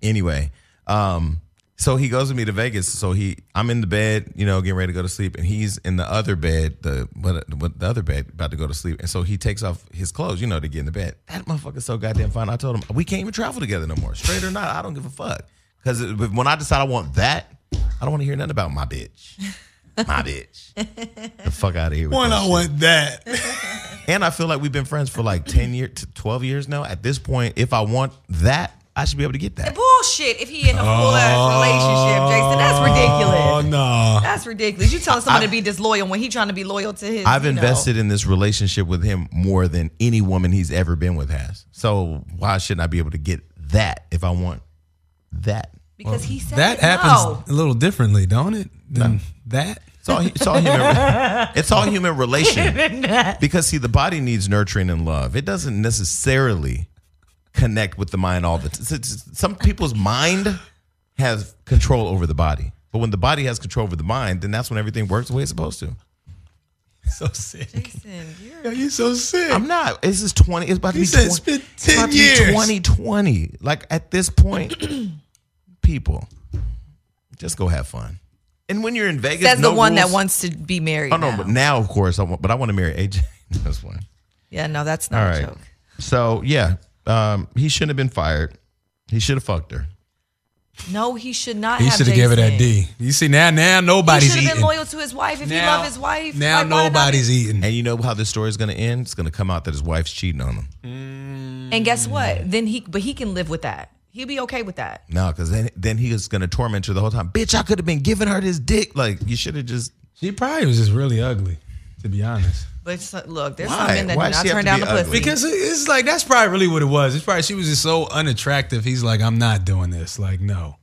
Speaker 2: Anyway, um, so he goes with me to Vegas. So he, I'm in the bed, you know, getting ready to go to sleep, and he's in the other bed, the what, what the other bed, about to go to sleep. And so he takes off his clothes, you know, to get in the bed. That motherfucker's so goddamn fine. I told him we can't even travel together no more, straight or not. I don't give a fuck. Because when I decide I want that, I don't want to hear nothing about my bitch. My bitch. the fuck out of here. with
Speaker 4: One,
Speaker 2: that
Speaker 4: I
Speaker 2: shit.
Speaker 4: want that.
Speaker 2: And I feel like we've been friends for like 10 years to 12 years now. At this point, if I want that, I should be able to get that.
Speaker 3: Bullshit if he in a full ass relationship, Jason. That's
Speaker 4: Oh
Speaker 3: ridiculous.
Speaker 4: no.
Speaker 3: That's ridiculous. You telling someone to be disloyal when he trying to be loyal to his
Speaker 2: I've
Speaker 3: you know.
Speaker 2: invested in this relationship with him more than any woman he's ever been with has. So why shouldn't I be able to get that if I want that?
Speaker 3: because he said
Speaker 4: That
Speaker 3: no.
Speaker 4: happens a little differently, don't it? Than that.
Speaker 2: It's all, it's all human. It's all human relation. Because see, the body needs nurturing and love. It doesn't necessarily connect with the mind all the time. Some people's mind has control over the body, but when the body has control over the mind, then that's when everything works the way it's supposed to.
Speaker 4: So sick.
Speaker 3: Jason, you're-
Speaker 4: Yo, you so sick.
Speaker 2: I'm not. This is twenty. It's about to
Speaker 4: He
Speaker 2: be.
Speaker 4: said
Speaker 2: 20,
Speaker 4: it's been
Speaker 2: it's about
Speaker 4: 10
Speaker 2: to be
Speaker 4: years.
Speaker 2: 2020. Like at this point, people, just go have fun. And when you're in Vegas,
Speaker 3: Says
Speaker 2: no
Speaker 3: the one that
Speaker 2: rules-
Speaker 3: wants to be married.
Speaker 2: Oh no!
Speaker 3: now.
Speaker 2: But now, of course, I want. But I want to marry AJ. That's one.
Speaker 3: yeah, no, that's
Speaker 2: All
Speaker 3: not a
Speaker 2: right.
Speaker 3: joke.
Speaker 2: So yeah, um, he shouldn't have been fired. He should have fucked her.
Speaker 3: No, he should not.
Speaker 4: He
Speaker 3: have
Speaker 4: should have given
Speaker 3: Jason.
Speaker 4: that D. You see now, now
Speaker 3: He
Speaker 4: nobody's
Speaker 3: should have
Speaker 4: eating.
Speaker 3: been loyal to his wife if he
Speaker 4: Now-
Speaker 3: loved his wife.
Speaker 4: Now
Speaker 3: Like, why not?
Speaker 4: nobody's eating.
Speaker 2: And you know how this story is going to end? It's going to come out that his wife's cheating on him.
Speaker 3: And guess what? Then he, but he can live with that. He'll be okay with that.
Speaker 2: No, because then then he was going to torment her the whole time. Bitch, I could have been giving her this dick. Like you should have just.
Speaker 4: She probably was just really ugly, to be honest.
Speaker 3: But so- look, there's
Speaker 2: Why?
Speaker 3: some men that
Speaker 2: Why
Speaker 3: do
Speaker 2: does
Speaker 3: not
Speaker 2: she have
Speaker 3: turn
Speaker 2: to
Speaker 3: down
Speaker 2: be
Speaker 3: the pussy.
Speaker 2: ugly?
Speaker 4: Because it- it's like that's probably really what it was. It's probably she was just so unattractive. He's like, I'm not doing this. Like, no,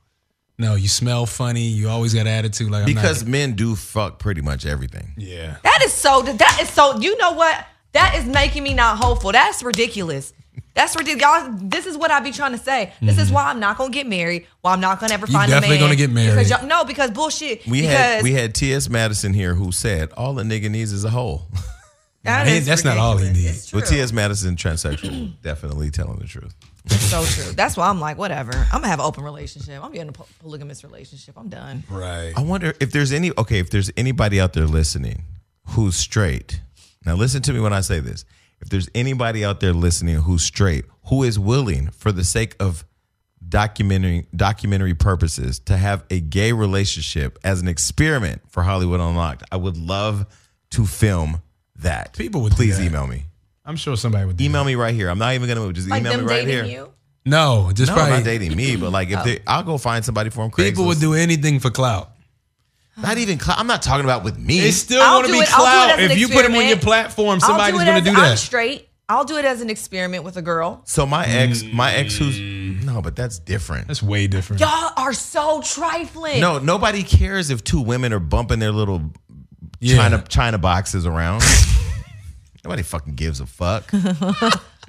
Speaker 4: no, you smell funny. You always got attitude. Like, I'm
Speaker 2: Because
Speaker 4: not,
Speaker 2: men do fuck pretty much everything.
Speaker 4: yeah,
Speaker 3: that is so. That is so. You know what? That is making me not hopeful. That's ridiculous. That's ridiculous. Y'all, this is what I be trying to say. This is why I'm not gonna get married. Why I'm not gonna ever
Speaker 4: Mm-hmm. You
Speaker 3: find
Speaker 4: definitely
Speaker 3: a man.
Speaker 4: gonna get
Speaker 3: Because
Speaker 4: married.
Speaker 3: y'all, no, because bullshit.
Speaker 2: We
Speaker 3: because
Speaker 2: had we had T.S. Madison here who said all a nigga needs is a hole.
Speaker 3: that
Speaker 4: He-
Speaker 3: is
Speaker 4: that's not all he
Speaker 3: ridiculous.
Speaker 4: needs.
Speaker 3: It's
Speaker 2: But
Speaker 3: true.
Speaker 2: T.S. Madison transsexual, definitely telling the truth.
Speaker 3: so true. That's why I'm like, whatever. I'm gonna have an open relationship. I'm getting a po- polygamous relationship. I'm done.
Speaker 4: right.
Speaker 2: I wonder if there's any okay, if there's anybody out there listening who's straight. Now listen to me when I say this. If there's anybody out there listening who's straight, who is willing for the sake of documentary documentary purposes to have a gay relationship as an experiment for Hollywood Unlocked, I would love to film that.
Speaker 4: People would do
Speaker 2: please
Speaker 4: that.
Speaker 2: email me.
Speaker 4: I'm sure somebody would do
Speaker 2: Email me right here. I'm not even gonna move. Just
Speaker 3: Like
Speaker 2: email
Speaker 3: them
Speaker 2: me right here.
Speaker 3: dating you. Oh.
Speaker 4: that. No, just
Speaker 2: No, not
Speaker 4: probably
Speaker 2: dating me, but like if they, I'll go find somebody for him.
Speaker 4: people would
Speaker 2: Craigslist.
Speaker 4: do anything for clout.
Speaker 2: Not even. Cl- I'm not talking about with me.
Speaker 4: It's still
Speaker 3: I'll
Speaker 4: going to
Speaker 3: do
Speaker 4: be
Speaker 3: it- I'll do it
Speaker 4: clout
Speaker 3: as an
Speaker 4: if you put them on your
Speaker 3: experiment.
Speaker 4: platform.
Speaker 3: I'll
Speaker 4: Somebody's
Speaker 3: it
Speaker 4: going to
Speaker 3: as-
Speaker 4: do
Speaker 3: I'm
Speaker 4: that.
Speaker 3: straight. I'll do it as an experiment with a girl.
Speaker 2: So my ex, my ex, who's
Speaker 4: Mm.
Speaker 2: no, but that's different.
Speaker 4: That's way different.
Speaker 3: Y'all are so trifling.
Speaker 2: No, nobody cares if two women are bumping their little
Speaker 4: Yeah.
Speaker 2: China China boxes around. nobody fucking gives a fuck.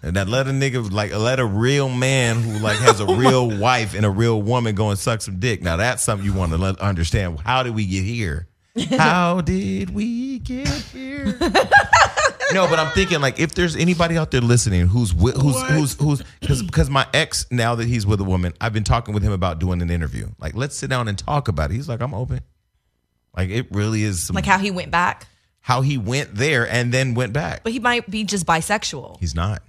Speaker 2: and that let a nigga like let a real man who like has a real wife and a real woman go and suck some dick. Now that's something you want to let understand. How did we get here? How did we get here? No, but I'm thinking like if there's anybody out there listening who's wi- who's who's who's because because my ex now that he's with a woman, I've been talking with him about doing an interview. Like let's sit down and talk about it. He's like I'm open. Like it really is some,
Speaker 3: Like how he went back,
Speaker 2: how he went there and then went back.
Speaker 3: but he might be just bisexual.
Speaker 2: He's not.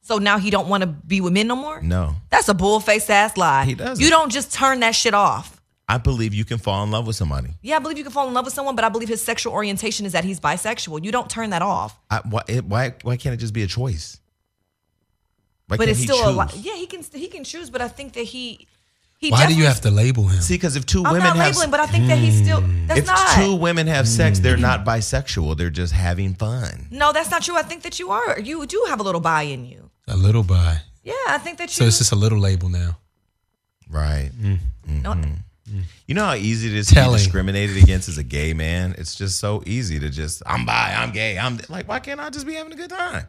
Speaker 3: So now he don't want to be with men no more.
Speaker 2: No,
Speaker 3: That's a bull faced ass lie.
Speaker 2: He doesn't.
Speaker 3: You don't just turn that shit off.
Speaker 2: I believe you can fall in love with somebody.
Speaker 3: Yeah, I believe you can fall in love with someone, but I believe his sexual orientation is that he's bisexual. You don't turn that off.
Speaker 2: I, why, it, why why can't it just be a choice? Why
Speaker 3: but
Speaker 2: can't
Speaker 3: it's
Speaker 2: he
Speaker 3: still a
Speaker 2: choose?
Speaker 3: lie. Yeah, he can he can choose, but I think that he he.
Speaker 4: Why do you
Speaker 3: definitely-
Speaker 4: have to label him?
Speaker 2: See, because if 2
Speaker 3: I'm
Speaker 2: women have
Speaker 3: not
Speaker 2: Hmm.
Speaker 3: labeling, but I think that he's still. That's
Speaker 2: if
Speaker 3: not.
Speaker 2: two women have sex, they're not bisexual. They're just having fun.
Speaker 3: no, that's not true. I think that you are. You do have a little bi in you.
Speaker 4: a little by.
Speaker 3: Yeah, I think that
Speaker 4: So
Speaker 3: you.
Speaker 4: it's just a little label now.
Speaker 2: Right. Mm-hmm.
Speaker 3: no,
Speaker 2: You know how easy it is to be
Speaker 4: Telling.
Speaker 2: discriminated against as a gay man? It's just so easy to just, I'm bi, I'm gay, I'm like, why can't I just be having a good time?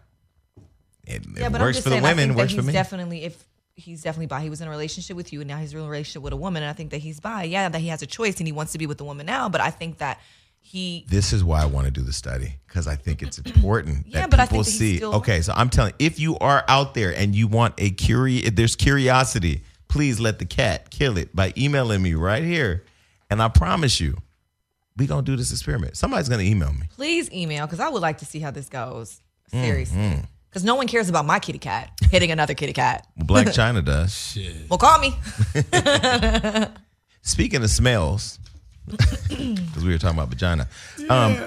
Speaker 2: It, it
Speaker 3: yeah, but
Speaker 2: works
Speaker 3: I'm just
Speaker 2: for the
Speaker 3: saying, I
Speaker 2: women,
Speaker 3: think that
Speaker 2: works for
Speaker 3: he's
Speaker 2: me.
Speaker 3: Definitely, if he's definitely bi, he was in a relationship with you, and now he's in a relationship with a woman, and I think that he's bi. Yeah, that he has a choice, and he wants to be with the woman now. But I think that he
Speaker 2: this is why I want to do the study because I think it's important
Speaker 3: Yeah,
Speaker 2: that
Speaker 3: but I
Speaker 2: people
Speaker 3: think that he's
Speaker 2: see.
Speaker 3: still-
Speaker 2: Okay, so I'm telling if you are out there and you want a curious, there's curiosity, please let the cat kill it by emailing me right here. And I promise you, we going to do this experiment. Somebody's going to email me.
Speaker 3: please email because I would like to see how this goes. Seriously. Because no one cares about my kitty cat hitting another kitty cat.
Speaker 2: Black China does.
Speaker 3: Well, call me.
Speaker 2: Speaking of smells, because we were talking about vagina, um,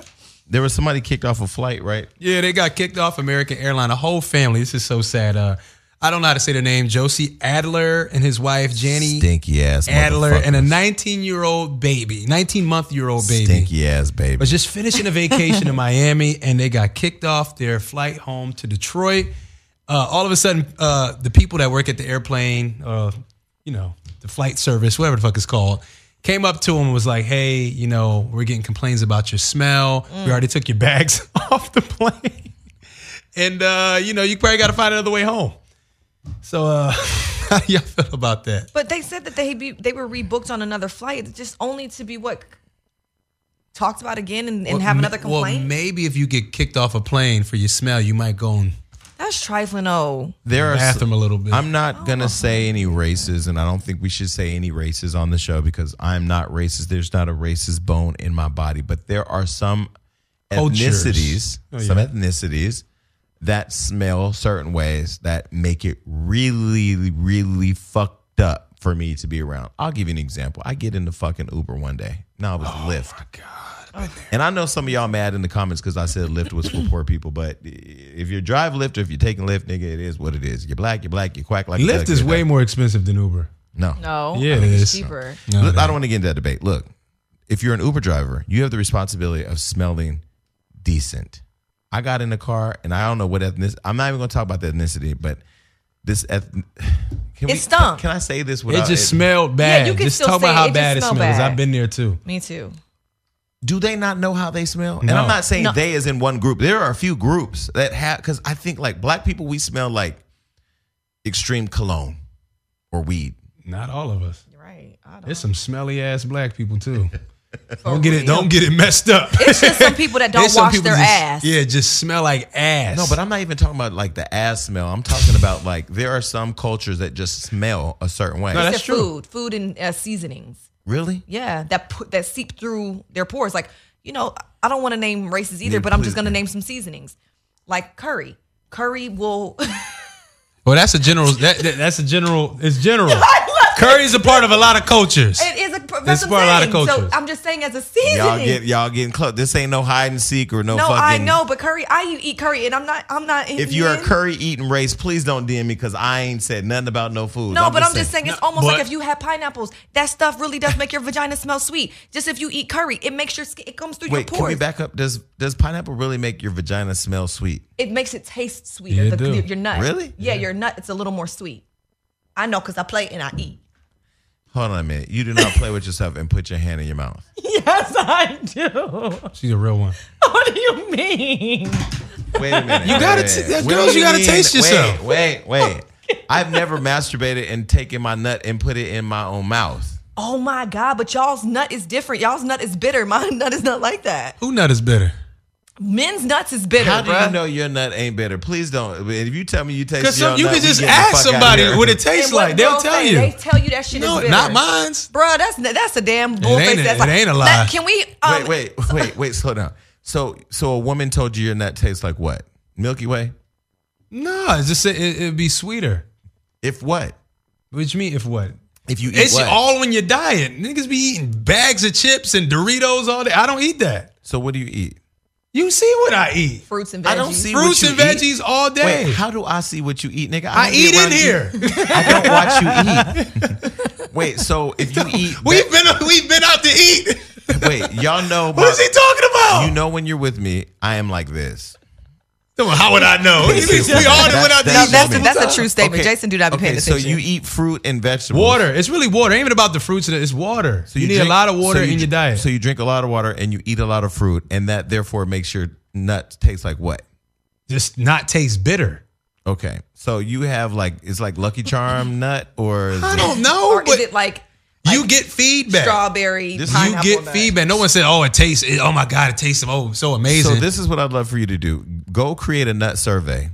Speaker 2: there was somebody kicked off a flight, right?
Speaker 4: Yeah, they got kicked off American Airline. A whole family. This is so sad. Uh, I don't know how to say their name. Josie Adler and his wife Jenny
Speaker 2: Stinky ass
Speaker 4: Adler and a
Speaker 2: motherfuckers.
Speaker 4: 19 year old baby, 19 month year old baby,
Speaker 2: stinky ass baby.
Speaker 4: was just finishing a vacation in Miami, and they got kicked off their flight home to Detroit. Uh, all of a sudden, uh, the people that work at the airplane, uh, you know, the flight service, whatever the fuck it's called, came up to him and was like, "Hey, you know, we're getting complaints about your smell.
Speaker 3: Mm.
Speaker 4: We already took your bags off the plane." and uh, you know you probably got to find another way home. So uh, how do y'all feel about that?
Speaker 3: But they said that they be, they were rebooked on another flight just only to be what? Talked about again and, and have
Speaker 4: Well,
Speaker 3: another
Speaker 4: ma-
Speaker 3: complaint?
Speaker 4: Well, maybe if you get kicked off a plane for your smell, you might go and
Speaker 3: That's trifling, oh.
Speaker 2: there are
Speaker 4: bathroom a little bit. Oh.
Speaker 2: I'm not gonna say any races, and I don't think we should say any races on the show because I'm not racist. There's not a racist bone in my body, but there are some
Speaker 4: Cultures.
Speaker 2: ethnicities,
Speaker 4: Oh,
Speaker 2: some
Speaker 4: yeah.
Speaker 2: ethnicities that smell certain ways that make it really, really fucked up for me to be around. I'll give you an example. I get into fucking Uber one day. No, it was
Speaker 4: Oh,
Speaker 2: Lyft. And I know some of y'all mad in the comments because I said Lyft was for poor people, but if you drive Lyft or if you're taking Lyft, nigga, it is what it is. You're black, you're black, you quack like a
Speaker 4: Lyft
Speaker 2: duck,
Speaker 4: is
Speaker 2: you're
Speaker 4: way
Speaker 2: black.
Speaker 4: more expensive than Uber.
Speaker 2: no.
Speaker 3: No,
Speaker 4: Yeah,
Speaker 3: I think
Speaker 4: it
Speaker 3: it's
Speaker 4: is.
Speaker 3: cheaper.
Speaker 2: Look, I don't want to get into that debate. Look, if you're an Uber driver, you have the responsibility of smelling decent. I got in the car and I don't know what ethnicity. I'm not even going to talk about the ethnicity, but this eth- can
Speaker 3: It stunk.
Speaker 2: Can I say this
Speaker 4: It
Speaker 2: without
Speaker 4: just smelled bad.
Speaker 3: you can
Speaker 4: just
Speaker 3: still
Speaker 4: talk
Speaker 3: say
Speaker 4: about how
Speaker 3: it just
Speaker 4: bad it
Speaker 3: smell
Speaker 4: smells.
Speaker 3: bad.
Speaker 4: I've been there too.
Speaker 3: Me too.
Speaker 2: do they not know how they smell? And
Speaker 4: No.
Speaker 2: I'm not saying
Speaker 3: No.
Speaker 2: they is in one group. There are a few groups that have because I think like black people we smell like extreme cologne or weed.
Speaker 4: Not all of us.
Speaker 3: You're right. I don't.
Speaker 4: There's some smelly ass black people too.
Speaker 3: for
Speaker 4: Don't get it.
Speaker 3: real.
Speaker 4: Don't get it messed up.
Speaker 3: It's just some people that don't
Speaker 4: There's some
Speaker 3: wash
Speaker 4: people
Speaker 3: their
Speaker 4: just-
Speaker 3: ass.
Speaker 4: Yeah, just smell like ass.
Speaker 2: No, but I'm not even talking about like the ass smell. I'm talking about like there are some cultures that just smell a certain way.
Speaker 4: No,
Speaker 3: It's
Speaker 4: that's
Speaker 3: their
Speaker 4: true.
Speaker 3: food, food and uh, seasonings.
Speaker 2: really?
Speaker 3: Yeah, that pu- that seep through their pores. Like you know, I don't want to name races either,
Speaker 2: Yeah,
Speaker 3: but I'm just
Speaker 2: please,
Speaker 3: gonna
Speaker 2: man.
Speaker 3: name some seasonings, like curry. Curry will.
Speaker 4: Well, that's a general. That, that- that's a general. It's general. Curry's a part of a lot of cultures.
Speaker 3: it is a. That's
Speaker 4: This
Speaker 3: what
Speaker 4: for a lot
Speaker 3: I'm
Speaker 4: of
Speaker 3: saying. So
Speaker 4: cultures.
Speaker 3: I'm just saying as a seasoning.
Speaker 2: Y'all get y'all getting close. This ain't no hide and seek or no.
Speaker 3: no,
Speaker 2: fucking,
Speaker 3: I know, but curry. I eat curry, and I'm not. I'm not.
Speaker 2: If you're a
Speaker 3: Indian.
Speaker 2: curry eating race, please don't DM me because I ain't said nothing about no food.
Speaker 3: No, but I'm just saying it's almost like
Speaker 4: but-
Speaker 3: if you have pineapples, that stuff really does make your vagina smell sweet. Just if you eat curry, it makes your skin, it comes through
Speaker 2: Wait,
Speaker 3: your
Speaker 2: can we
Speaker 3: pores.
Speaker 2: back up? Does does pineapple really make your vagina smell sweet?
Speaker 3: it makes it taste sweeter.
Speaker 4: Yeah,
Speaker 3: the,
Speaker 4: it do.
Speaker 3: Your nut,
Speaker 2: Really?
Speaker 3: Yeah, your nut. It's a little more sweet. I know because I play and I eat.
Speaker 2: Hold on a minute. You do not play with yourself and put your hand in your mouth.
Speaker 3: Yes, I do.
Speaker 4: She's a real one.
Speaker 3: What do you mean?
Speaker 2: Wait a minute.
Speaker 4: You gotta
Speaker 2: Wait a
Speaker 4: t-
Speaker 2: minute.
Speaker 4: girls, you
Speaker 2: Wait,
Speaker 4: gotta taste yourself.
Speaker 2: Wait, wait, wait. I've never masturbated and taken my nut and put it in my own mouth.
Speaker 3: Oh my God! But y'all's nut is different. Y'all's nut is bitter. My nut is not like that.
Speaker 4: Who nut is better?
Speaker 3: Men's nuts is bitter,
Speaker 2: How do
Speaker 3: bruh.
Speaker 2: you know your nut ain't bitter? Please don't. If you tell me you taste,
Speaker 4: Because
Speaker 2: your
Speaker 4: you
Speaker 2: nut,
Speaker 4: can
Speaker 2: we
Speaker 4: just
Speaker 2: getting the
Speaker 4: ask
Speaker 2: fuck outta
Speaker 4: somebody
Speaker 2: here.
Speaker 4: what it tastes
Speaker 3: And what
Speaker 4: like. They'll
Speaker 3: girls
Speaker 4: tell
Speaker 3: say,
Speaker 4: you.
Speaker 3: They tell you that shit
Speaker 4: No,
Speaker 3: is bitter.
Speaker 4: not mine's.
Speaker 3: Bruh, that's that's a damn
Speaker 4: ain't
Speaker 3: bullface.
Speaker 4: a-
Speaker 3: That's
Speaker 4: it ain't a lie.
Speaker 3: That- Can we? Um,
Speaker 2: Wait, wait, wait, wait. Slow down. So, so a woman told you your nut tastes like what? Milky Way.
Speaker 4: No, it's just it, it'd be sweeter.
Speaker 2: If what?
Speaker 4: Which mean if what?
Speaker 2: If you eat
Speaker 4: It's
Speaker 2: what?
Speaker 4: all on your diet. Niggas be eating bags of chips and Doritos all day. I don't eat that.
Speaker 2: so what do you eat?
Speaker 4: You see what I eat?
Speaker 3: Fruits and veggies.
Speaker 2: I don't see what
Speaker 4: Fruits
Speaker 2: you
Speaker 4: and
Speaker 2: eat.
Speaker 4: veggies all day.
Speaker 2: Wait, how do I see what you eat, nigga?
Speaker 4: I
Speaker 2: don't be
Speaker 4: eat in
Speaker 2: around you.
Speaker 4: here.
Speaker 2: I don't watch you eat. Wait, so if you eat,
Speaker 4: we've been we've been out to eat.
Speaker 2: wait, y'all know.
Speaker 4: What is he talking about?
Speaker 2: You know when you're with me, I am like this.
Speaker 4: Well, How would I know? we all done went out to
Speaker 3: No,
Speaker 4: eat.
Speaker 3: that's,
Speaker 2: Jason.
Speaker 3: that's a true statement. Jason, do not be
Speaker 2: okay,
Speaker 3: paying attention.
Speaker 2: So you eat fruit and vegetables.
Speaker 4: water. It's really water. It ain't even about the fruits. and the- It's water. So you, need
Speaker 2: drink-
Speaker 4: a lot of water
Speaker 2: so you
Speaker 4: in your
Speaker 2: dr-
Speaker 4: diet.
Speaker 2: So you drink a lot of water and you eat a lot of fruit, and that therefore makes your nut taste like what?
Speaker 4: just not taste bitter.
Speaker 2: Okay, so you have like it's like Lucky Charm nut, or is
Speaker 4: I
Speaker 2: it-
Speaker 4: don't know,
Speaker 3: or is
Speaker 4: but
Speaker 3: it like
Speaker 4: you get feedback.
Speaker 3: strawberry?
Speaker 2: This-
Speaker 4: you
Speaker 3: pineapple
Speaker 4: get
Speaker 3: nut?
Speaker 4: feedback. No one said, "Oh, it tastes. It, oh my god, it tastes. Oh, so amazing."
Speaker 2: So this is what I'd love for you to do: go create a nut survey.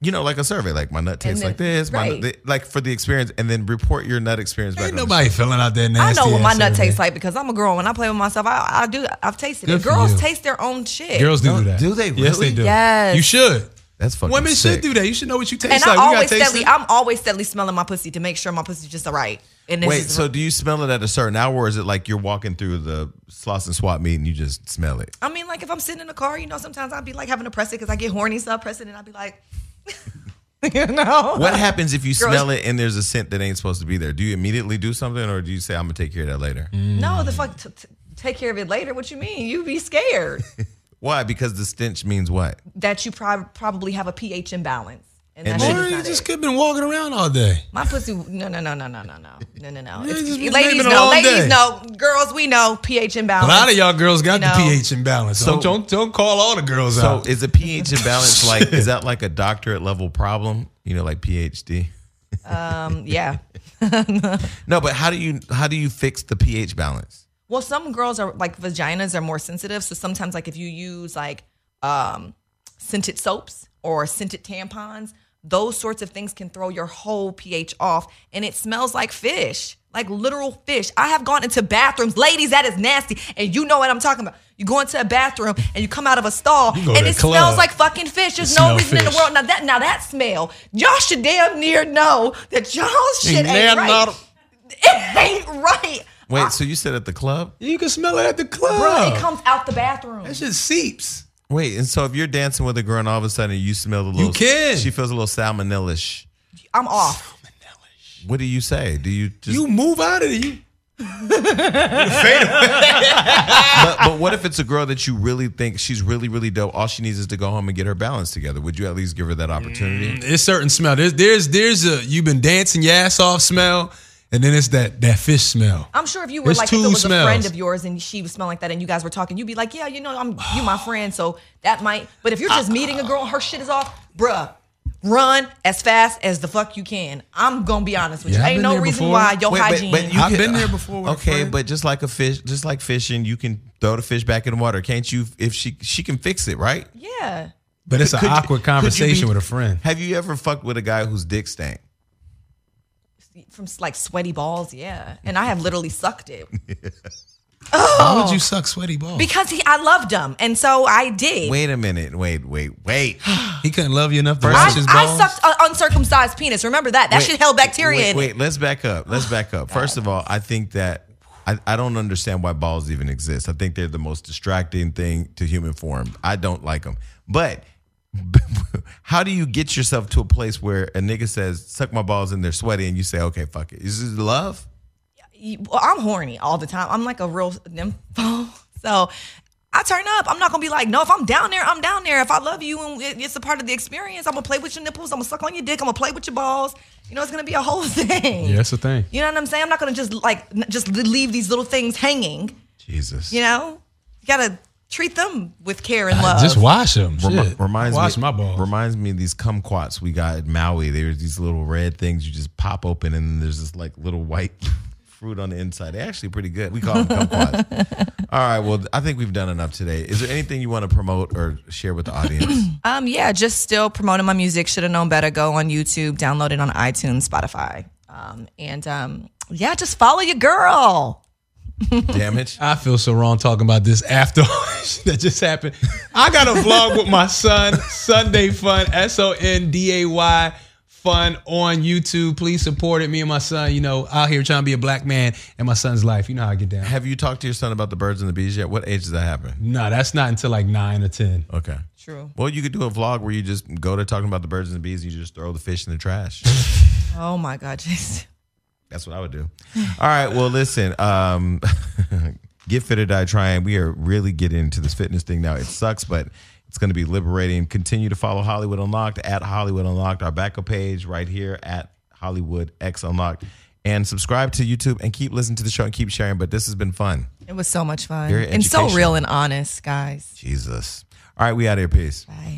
Speaker 2: You know, like a survey, like my nut tastes
Speaker 3: then-
Speaker 2: like this, my nut-
Speaker 3: right.
Speaker 2: like for the experience, and then report your nut experience back.
Speaker 4: ain't
Speaker 2: on the
Speaker 4: nobody filling out that
Speaker 3: I
Speaker 4: nasty.
Speaker 3: know what my
Speaker 4: ass
Speaker 3: nut
Speaker 4: survey.
Speaker 3: tastes like because I'm a girl. When I play with myself, I, I do. I've tasted
Speaker 4: Good
Speaker 3: it.
Speaker 4: for
Speaker 3: Girls
Speaker 4: you.
Speaker 3: taste their own shit.
Speaker 4: Girls do
Speaker 2: No,
Speaker 4: do that.
Speaker 2: do they
Speaker 4: Yes, they
Speaker 2: really?
Speaker 4: do.
Speaker 3: Yes.
Speaker 4: You should.
Speaker 2: That's fucking
Speaker 4: Women
Speaker 2: sick.
Speaker 4: should do that. You should know what you taste
Speaker 3: and
Speaker 4: like.
Speaker 3: I
Speaker 4: You gotta
Speaker 3: always
Speaker 4: taste
Speaker 3: steadily,
Speaker 4: it.
Speaker 3: I'm always steadily smelling my pussy to make sure my pussy's just all right. And this
Speaker 2: Wait,
Speaker 3: is-
Speaker 2: so do you smell it at a certain hour, or is it like you're walking through the slots and swap meet and you just smell it?
Speaker 3: I mean, like if I'm sitting in the car, you know, sometimes I'd be like having to press it because I get horny, so I press it and I'd be like, you know,
Speaker 4: Uh,
Speaker 2: What happens if you
Speaker 3: Girls-
Speaker 2: smell it and there's a scent that ain't supposed to be there? Do you immediately do something, or do you say I'm gonna take care of that later?
Speaker 4: Mm.
Speaker 3: no, the fuck, t- t- take care of it later. What you mean? You be scared.
Speaker 2: Why? Because the stench means what?
Speaker 3: that you prob- probably have a pH imbalance. And,
Speaker 2: And
Speaker 3: that
Speaker 2: then-
Speaker 3: shit
Speaker 4: Or
Speaker 3: is
Speaker 4: you
Speaker 3: not
Speaker 4: just
Speaker 3: it.
Speaker 4: could been walking around all day.
Speaker 3: My pussy, no, no, no, no, no, no, no, no, no, no.
Speaker 4: it's
Speaker 3: It's-
Speaker 4: been
Speaker 3: Ladies
Speaker 4: living
Speaker 3: know,
Speaker 4: all
Speaker 3: ladies
Speaker 4: day.
Speaker 3: know, girls, we know pH
Speaker 4: A
Speaker 3: imbalance.
Speaker 4: lot of y'all girls got
Speaker 3: You
Speaker 4: the
Speaker 3: know.
Speaker 4: pH imbalance. So
Speaker 2: So-
Speaker 4: don't, don't don't call all the girls
Speaker 2: So
Speaker 4: out.
Speaker 2: is a pH imbalance like is that like a doctorate level problem? You know, like PhD.
Speaker 3: um, yeah.
Speaker 2: No, but how do you how do you fix the pH balance?
Speaker 3: Well, some girls are like vaginas are more sensitive, so sometimes like if you use like um, scented soaps or scented tampons, those sorts of things can throw your whole pH off, and it smells like fish. like literal fish. I have gone into bathrooms, ladies. That is nasty, and you know what I'm talking about. You go into a bathroom and you come out of a stall,
Speaker 4: go
Speaker 3: and
Speaker 4: to
Speaker 3: it
Speaker 4: a club.
Speaker 3: smells like fucking fish. There's
Speaker 4: It
Speaker 3: no
Speaker 4: smell
Speaker 3: reason in the
Speaker 4: fish.
Speaker 3: world. Now that now that smell, y'all should damn near know that y'all shit
Speaker 6: they're
Speaker 3: ain't right.
Speaker 6: not-
Speaker 3: It ain't right.
Speaker 2: Wait, so you said at the club?
Speaker 4: You can smell it at the club.
Speaker 3: Bruh, it comes out the bathroom.
Speaker 4: that shit seeps.
Speaker 2: Wait, and so if you're dancing with a girl and all of a sudden you smell the little,
Speaker 4: can.
Speaker 2: She feels a little salmonellish.
Speaker 3: I'm off.
Speaker 2: What do you say? Do you just?
Speaker 4: You move out of it. You
Speaker 2: but, but what if it's a girl that you really think she's really really dope? All she needs is to go home and get her balance together. Would you at least give her that opportunity?
Speaker 4: it's certain smell. There's there's there's a you've been dancing your ass off smell, and then it's that that fish smell.
Speaker 3: I'm sure if you were
Speaker 4: There's
Speaker 3: like if it
Speaker 4: two
Speaker 3: was a friend
Speaker 4: smells.
Speaker 3: of yours and she was smelling like that and you guys were talking, you'd be like, yeah, you know, I'm you my friend, so that might. But if you're
Speaker 4: Ah.
Speaker 3: just meeting a girl, her shit is off, bruh. Run as fast as the fuck you can. I'm gonna be honest with
Speaker 4: Yeah,
Speaker 3: you.
Speaker 4: I've
Speaker 3: Ain't
Speaker 4: been
Speaker 3: no
Speaker 4: there
Speaker 3: reason
Speaker 4: before.
Speaker 3: why your
Speaker 2: Wait, but-
Speaker 3: hygiene.
Speaker 2: but you
Speaker 4: I've
Speaker 2: can-
Speaker 4: been there before with a
Speaker 2: Okay,
Speaker 4: friend.
Speaker 2: but just like a fish, just like fishing, you can throw the fish back in the water, can't you? If she she can fix it, right?
Speaker 3: yeah.
Speaker 4: But it's an
Speaker 2: Could you-
Speaker 4: awkward
Speaker 2: could you
Speaker 4: conversation
Speaker 2: be-
Speaker 4: with a friend.
Speaker 2: Have you ever fucked with a guy whose dick stank?
Speaker 3: From like sweaty balls, yeah. And I have literally sucked it.
Speaker 4: Why would you suck sweaty balls?
Speaker 3: Because he I loved him. And so I did.
Speaker 2: Wait a minute, wait, wait, wait.
Speaker 4: he couldn't love you enough to
Speaker 3: I,
Speaker 4: wash his
Speaker 3: I
Speaker 4: balls.
Speaker 3: sucked an uncircumcised penis. Remember that. That shit held bacteria
Speaker 2: Wait,
Speaker 3: in it.
Speaker 2: wait, let's back up. Let's back up. First of all, I think that I, I don't understand why balls even exist. I think they're the most distracting thing to human form. I don't like them. But how do you get yourself to a place where a nigga says, suck my balls and they're sweaty and you say, okay, fuck it. Is this love?
Speaker 3: you- well, I'm horny all the time. I'm like a real nympho. So I turn up. I'm not gonna be like, no, if I'm down there, I'm down there. If I love you and it- it's a part of the experience, I'm gonna play with your nipples. I'm gonna suck on your dick. I'm gonna play with your balls. You know, it's gonna be a whole thing.
Speaker 4: yeah, that's the thing.
Speaker 3: You know what I'm saying? I'm not gonna just like n- just leave these little things hanging.
Speaker 2: Jesus.
Speaker 3: You know, you gotta treat them with care and love.
Speaker 4: Just wash them.
Speaker 2: Remi-
Speaker 4: Shit.
Speaker 2: reminds
Speaker 4: wash
Speaker 2: me,
Speaker 4: my balls.
Speaker 2: Reminds me of these kumquats we got in Maui. There's these little red things you just pop open, and there's this like little white fruit on the inside. They're actually pretty good. We call them kumquats. All right. Well, I think we've done enough today. Is there anything you want to promote or share with the audience?
Speaker 3: um, yeah, just still promoting my music. Should have known better. Go on YouTube, download it on iTunes, Spotify, um, and um, yeah, just follow your girl.
Speaker 2: Damage.
Speaker 4: I feel so wrong talking about this after all that just happened. I got a vlog with my son, Sunday Fun, S O N D A Y Fun on YouTube. Please support it. Me and my son, you know, out here trying to be a black man in my son's life. You know how I get down.
Speaker 2: Have you talked to your son about the birds and the bees yet? What age does that happen?
Speaker 4: No, that's not until like nine or 10.
Speaker 2: Okay.
Speaker 3: True.
Speaker 2: Well, you could do a vlog where you just go to talking about the birds and the bees and you just throw the fish in the trash.
Speaker 3: Oh my God, Jason.
Speaker 2: That's what I would do. All right. Well, listen. Um, get fit or die trying. We are really getting into this fitness thing now. It sucks, but it's going to be liberating. Continue to follow Hollywood Unlocked at Hollywood Unlocked, our backup page right here at Hollywood X Unlocked, and subscribe to YouTube and keep listening to the show and keep sharing. But this has been fun.
Speaker 3: It was so much fun
Speaker 2: Very
Speaker 3: and so
Speaker 2: educational.
Speaker 3: real and honest, guys.
Speaker 2: Jesus. All right, we out of here. Peace.
Speaker 3: Bye.